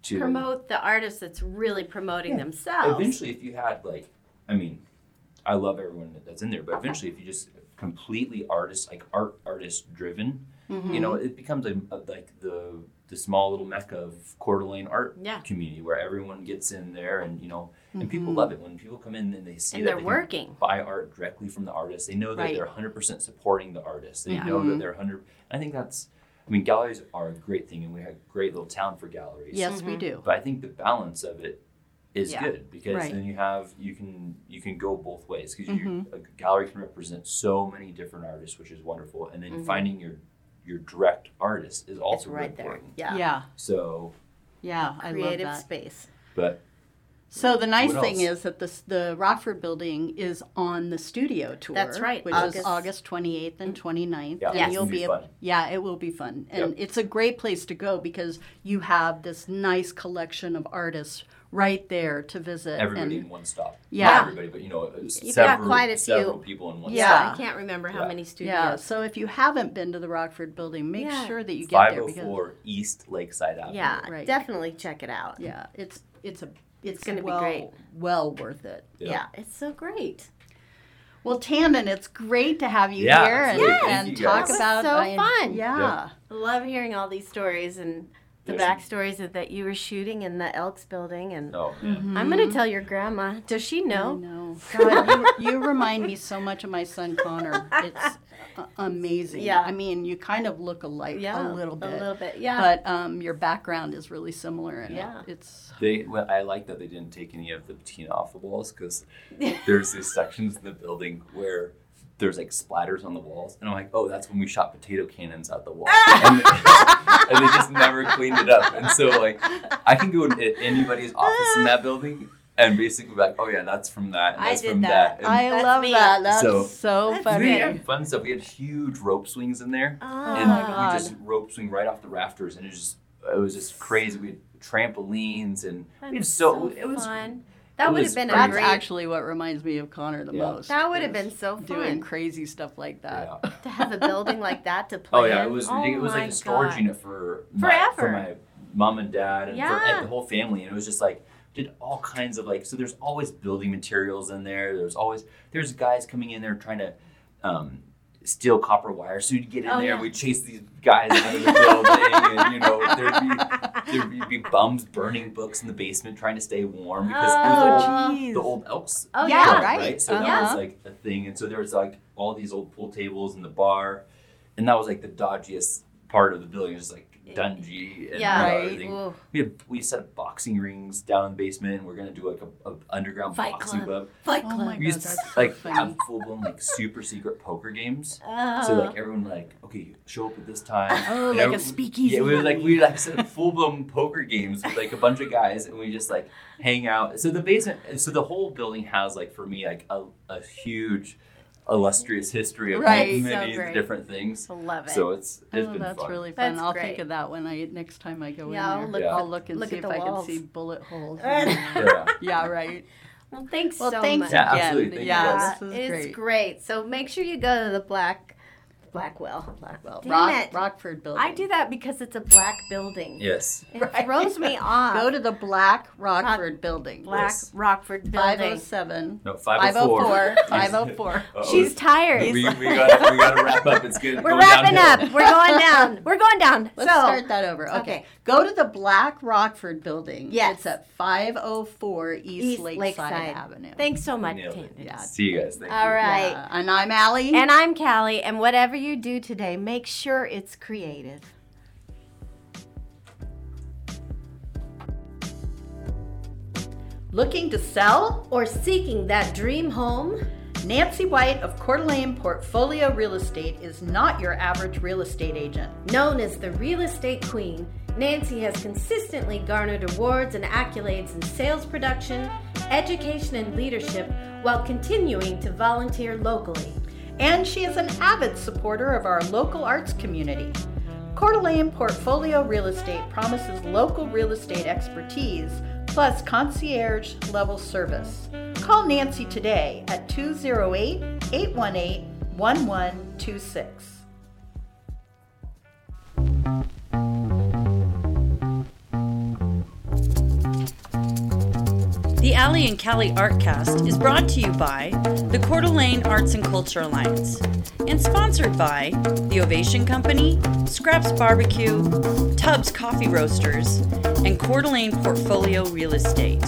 Speaker 4: to
Speaker 3: promote the artist that's really promoting themselves.
Speaker 4: Eventually, if you had like, I mean, I love everyone that's in there, but eventually, if you just completely artist like art artist driven, you know,
Speaker 3: Mm-hmm.
Speaker 4: it becomes a, a- like the the small little mecca of Coeur d'Alene art
Speaker 3: Yeah. Mm-hmm.
Speaker 4: community where everyone gets in there and you know, and people love it when people come in and they see
Speaker 3: And they're
Speaker 4: that they can
Speaker 3: working.
Speaker 4: buy art directly from the artist. They know that
Speaker 3: Right.
Speaker 4: they're 100% supporting the artist. They
Speaker 3: Yeah. Mm-hmm.
Speaker 4: know that they're 100. I think that's. I mean, galleries are a great thing, and we have a great little town for galleries.
Speaker 2: Mm-hmm. Yes, we do.
Speaker 4: But I think the balance of it is
Speaker 3: Yeah.
Speaker 4: good because
Speaker 2: Right.
Speaker 4: then you have you can you can go both ways because
Speaker 3: Mm-hmm.
Speaker 4: a gallery can represent so many different artists, which is wonderful. And then finding your your direct artist is also
Speaker 3: Mm-hmm. it's right there.
Speaker 4: important.
Speaker 3: Yeah.
Speaker 2: Yeah,
Speaker 4: So,
Speaker 2: yeah, I love
Speaker 3: Creative
Speaker 2: that.
Speaker 3: space.
Speaker 4: but
Speaker 2: So the nice
Speaker 4: What
Speaker 2: thing
Speaker 4: else?
Speaker 2: is that the the Rockford building is on the studio tour.
Speaker 3: That's right,
Speaker 2: which is
Speaker 3: August-
Speaker 2: August 28th and 29th.
Speaker 4: Yeah,
Speaker 2: and
Speaker 4: Yes.
Speaker 2: you'll
Speaker 4: it'll be
Speaker 2: be able,
Speaker 4: fun.
Speaker 2: yeah, it will be fun, and
Speaker 4: Yep.
Speaker 2: it's a great place to go because you have this nice collection of artists right there to visit.
Speaker 4: everybody
Speaker 2: and
Speaker 4: in one stop. Not
Speaker 2: Yeah.
Speaker 4: everybody, but you know, it was
Speaker 3: You've got
Speaker 4: several,
Speaker 3: quite a few.
Speaker 4: several people in one
Speaker 2: Yeah.
Speaker 4: stop.
Speaker 3: I can't remember how
Speaker 4: Yeah.
Speaker 3: many studios.
Speaker 2: yeah, so if you haven't been to the Rockford building, make
Speaker 3: Yeah.
Speaker 2: sure that you get there because
Speaker 4: 504 East Lakeside Avenue.
Speaker 3: Yeah,
Speaker 2: Right.
Speaker 3: definitely check it out.
Speaker 2: yeah, it's it's a it's,
Speaker 3: gonna be
Speaker 2: well,
Speaker 3: great.
Speaker 2: Well worth it.
Speaker 4: Yeah.
Speaker 3: Yeah, it's so great.
Speaker 2: Well, Tandon, it's great to have you
Speaker 4: Yeah,
Speaker 2: here and,
Speaker 4: absolutely. Thank
Speaker 2: and
Speaker 4: you
Speaker 2: talk
Speaker 4: guys.
Speaker 2: about
Speaker 3: That was so
Speaker 2: I-
Speaker 3: fun.
Speaker 2: Yeah.
Speaker 3: I love hearing all these stories and the
Speaker 4: There's-
Speaker 3: backstories of that you were shooting in the Elks building. And
Speaker 4: Oh, man.
Speaker 3: I'm going
Speaker 2: Mm-hmm.
Speaker 3: to tell your grandma. Does she
Speaker 2: I
Speaker 3: know?
Speaker 2: know. God, you, you remind me so much of my son Connor. It's a- amazing.
Speaker 3: Yeah.
Speaker 2: I mean, you kind of look alike
Speaker 3: Yeah,
Speaker 2: Mm. a little bit.
Speaker 3: A little bit, yeah.
Speaker 2: But um, your background is really similar, and
Speaker 3: Yeah.
Speaker 2: it's
Speaker 4: They, well, I like that they didn't take any of the patina off the walls because there's these sections in the building where there's like splatters on the walls, and I'm like, oh, that's when we shot potato cannons at the wall, and, and they just never cleaned it up. And so like, I can go into anybody's office in that building and basically be like, oh yeah, that's from that, and
Speaker 3: I
Speaker 4: that's
Speaker 3: did
Speaker 4: from
Speaker 3: that.
Speaker 4: that. and
Speaker 2: I
Speaker 3: That's
Speaker 2: love
Speaker 3: me.
Speaker 2: that. That's
Speaker 4: So-
Speaker 2: so,
Speaker 3: That's
Speaker 4: we
Speaker 2: funny.
Speaker 4: had fun stuff. We had huge rope swings in there,
Speaker 3: Oh,
Speaker 4: and
Speaker 2: my
Speaker 4: we just rope swing right off the rafters, and it was just it was just crazy. We had trampolines, and we had
Speaker 3: that's
Speaker 4: so, it was
Speaker 3: fun. That would
Speaker 4: was
Speaker 3: have been a
Speaker 2: That's
Speaker 3: great.
Speaker 2: actually what reminds me of Connor the
Speaker 4: Yeah.
Speaker 2: most.
Speaker 3: that would have
Speaker 2: is
Speaker 3: been so fun
Speaker 2: doing crazy stuff like that.
Speaker 4: yeah.
Speaker 3: to have a building like that to play.
Speaker 4: Oh yeah, it
Speaker 3: in.
Speaker 4: was
Speaker 3: Oh
Speaker 4: ridiculous. It was
Speaker 3: my
Speaker 4: like a storage
Speaker 3: God.
Speaker 4: unit for my, for
Speaker 3: Forever.
Speaker 4: my mom and dad and for
Speaker 3: Yeah.
Speaker 4: and the whole family, and it was just like did all kinds of like so. There's always building materials in there. There's always there's guys coming in there trying to um, steal copper wire. So you'd get in
Speaker 3: Oh,
Speaker 4: there,
Speaker 3: yeah.
Speaker 4: we'd chase these guys out of the building, and you know there'd be there'd be bums burning books in the basement trying to stay warm because it was
Speaker 3: Oh,
Speaker 4: the old-
Speaker 2: jeez.
Speaker 4: the old Elks
Speaker 3: Oh
Speaker 2: Yeah,
Speaker 3: yeah,
Speaker 4: club,
Speaker 2: right.
Speaker 4: So that
Speaker 3: Uh-huh.
Speaker 4: was like a thing, and so there was like all these old pool tables and the bar, and that was like the dodgiest part of the building, just like dungy and
Speaker 3: Yeah.
Speaker 4: you know,
Speaker 2: Right.
Speaker 4: everything.
Speaker 3: Ooh.
Speaker 4: We had we set up boxing rings down in the basement. And we're gonna do like a, a underground
Speaker 3: Fight
Speaker 4: boxing club.
Speaker 3: Fight
Speaker 2: Oh my
Speaker 4: We
Speaker 2: god,
Speaker 4: used to
Speaker 2: that's
Speaker 4: like
Speaker 2: so
Speaker 4: have
Speaker 2: funny.
Speaker 4: full blown like super secret poker games.
Speaker 3: Oh.
Speaker 4: So like everyone like okay show up at this time.
Speaker 2: Oh,
Speaker 4: And
Speaker 2: like
Speaker 4: every-
Speaker 2: a speakeasy. oh,
Speaker 4: Yeah, we were like we like set up full blown poker games with like a bunch of guys, and we just like hang out. So the basement, so the whole building has like for me like a, a huge illustrious history of
Speaker 2: Right,
Speaker 4: like,
Speaker 3: so
Speaker 4: many
Speaker 3: great.
Speaker 4: different things.
Speaker 3: I love it.
Speaker 4: So it's it's
Speaker 2: Oh,
Speaker 4: been
Speaker 2: that's
Speaker 4: fun.
Speaker 2: really fun.
Speaker 3: That's
Speaker 2: I'll think
Speaker 3: great.
Speaker 2: of that when I next time I go
Speaker 3: Yeah, I'll
Speaker 2: in there.
Speaker 3: look-
Speaker 4: Yeah.
Speaker 2: I'll look and
Speaker 3: look
Speaker 2: see
Speaker 3: at
Speaker 2: if
Speaker 3: the
Speaker 2: I
Speaker 3: walls.
Speaker 2: can see bullet holes.
Speaker 4: yeah.
Speaker 2: yeah, right.
Speaker 3: well, thanks
Speaker 2: Well,
Speaker 3: so
Speaker 2: thanks
Speaker 3: much.
Speaker 4: Yeah,
Speaker 2: again.
Speaker 4: absolutely. Thank you
Speaker 2: yeah,
Speaker 4: guys.
Speaker 2: this is
Speaker 3: it's
Speaker 2: great.
Speaker 3: So make sure you go to the black Blackwell.
Speaker 2: Well,
Speaker 3: Blackwell. Damn
Speaker 2: Rock,
Speaker 3: it.
Speaker 2: Rockford building.
Speaker 3: I do that because it's a black building.
Speaker 4: Yes.
Speaker 3: It throws me off.
Speaker 2: Go to the Black Rockford building.
Speaker 3: black
Speaker 4: Yes.
Speaker 3: Rockford building.
Speaker 2: 507.
Speaker 4: No. Five oh four.
Speaker 2: 504.
Speaker 3: She's tired.
Speaker 4: We, we gotta we gotta wrap up. It's good.
Speaker 3: We're wrapping up. We're going down. We're going down.
Speaker 2: Let's
Speaker 3: so
Speaker 2: start that over. Okay.
Speaker 3: okay.
Speaker 2: Go to the Black Rockford building.
Speaker 3: Yes.
Speaker 2: It's at 504 East,
Speaker 3: East
Speaker 2: Lakeside,
Speaker 3: Lakeside.
Speaker 2: Avenue.
Speaker 3: thanks so much,
Speaker 4: Nailed it.
Speaker 3: Tandon.
Speaker 2: Yeah.
Speaker 4: See you guys. Thank you.
Speaker 3: All right.
Speaker 2: Yeah. And I'm Allie.
Speaker 3: And I'm Callie, and whatever you do today, make sure it's creative.
Speaker 2: Looking to sell?
Speaker 5: Or seeking that dream home?
Speaker 2: Nancy White of Coeur d'Alene Portfolio Real Estate is not your average real estate agent.
Speaker 5: Known as the real estate queen, Nancy has consistently garnered awards and accolades in sales production, education, and leadership while continuing to volunteer locally.
Speaker 2: And she is an avid supporter of our local arts community. Coeur d'Alene Portfolio Real Estate promises local real estate expertise plus concierge level service. Call Nancy today at 208 818 1126.
Speaker 1: The Alley and Cali Artcast is brought to you by the Coeur d'Alene Arts and Culture Alliance and sponsored by The Ovation Company, Scraps Barbecue, Tubbs Coffee Roasters, and Coeur d'Alene Portfolio Real Estate.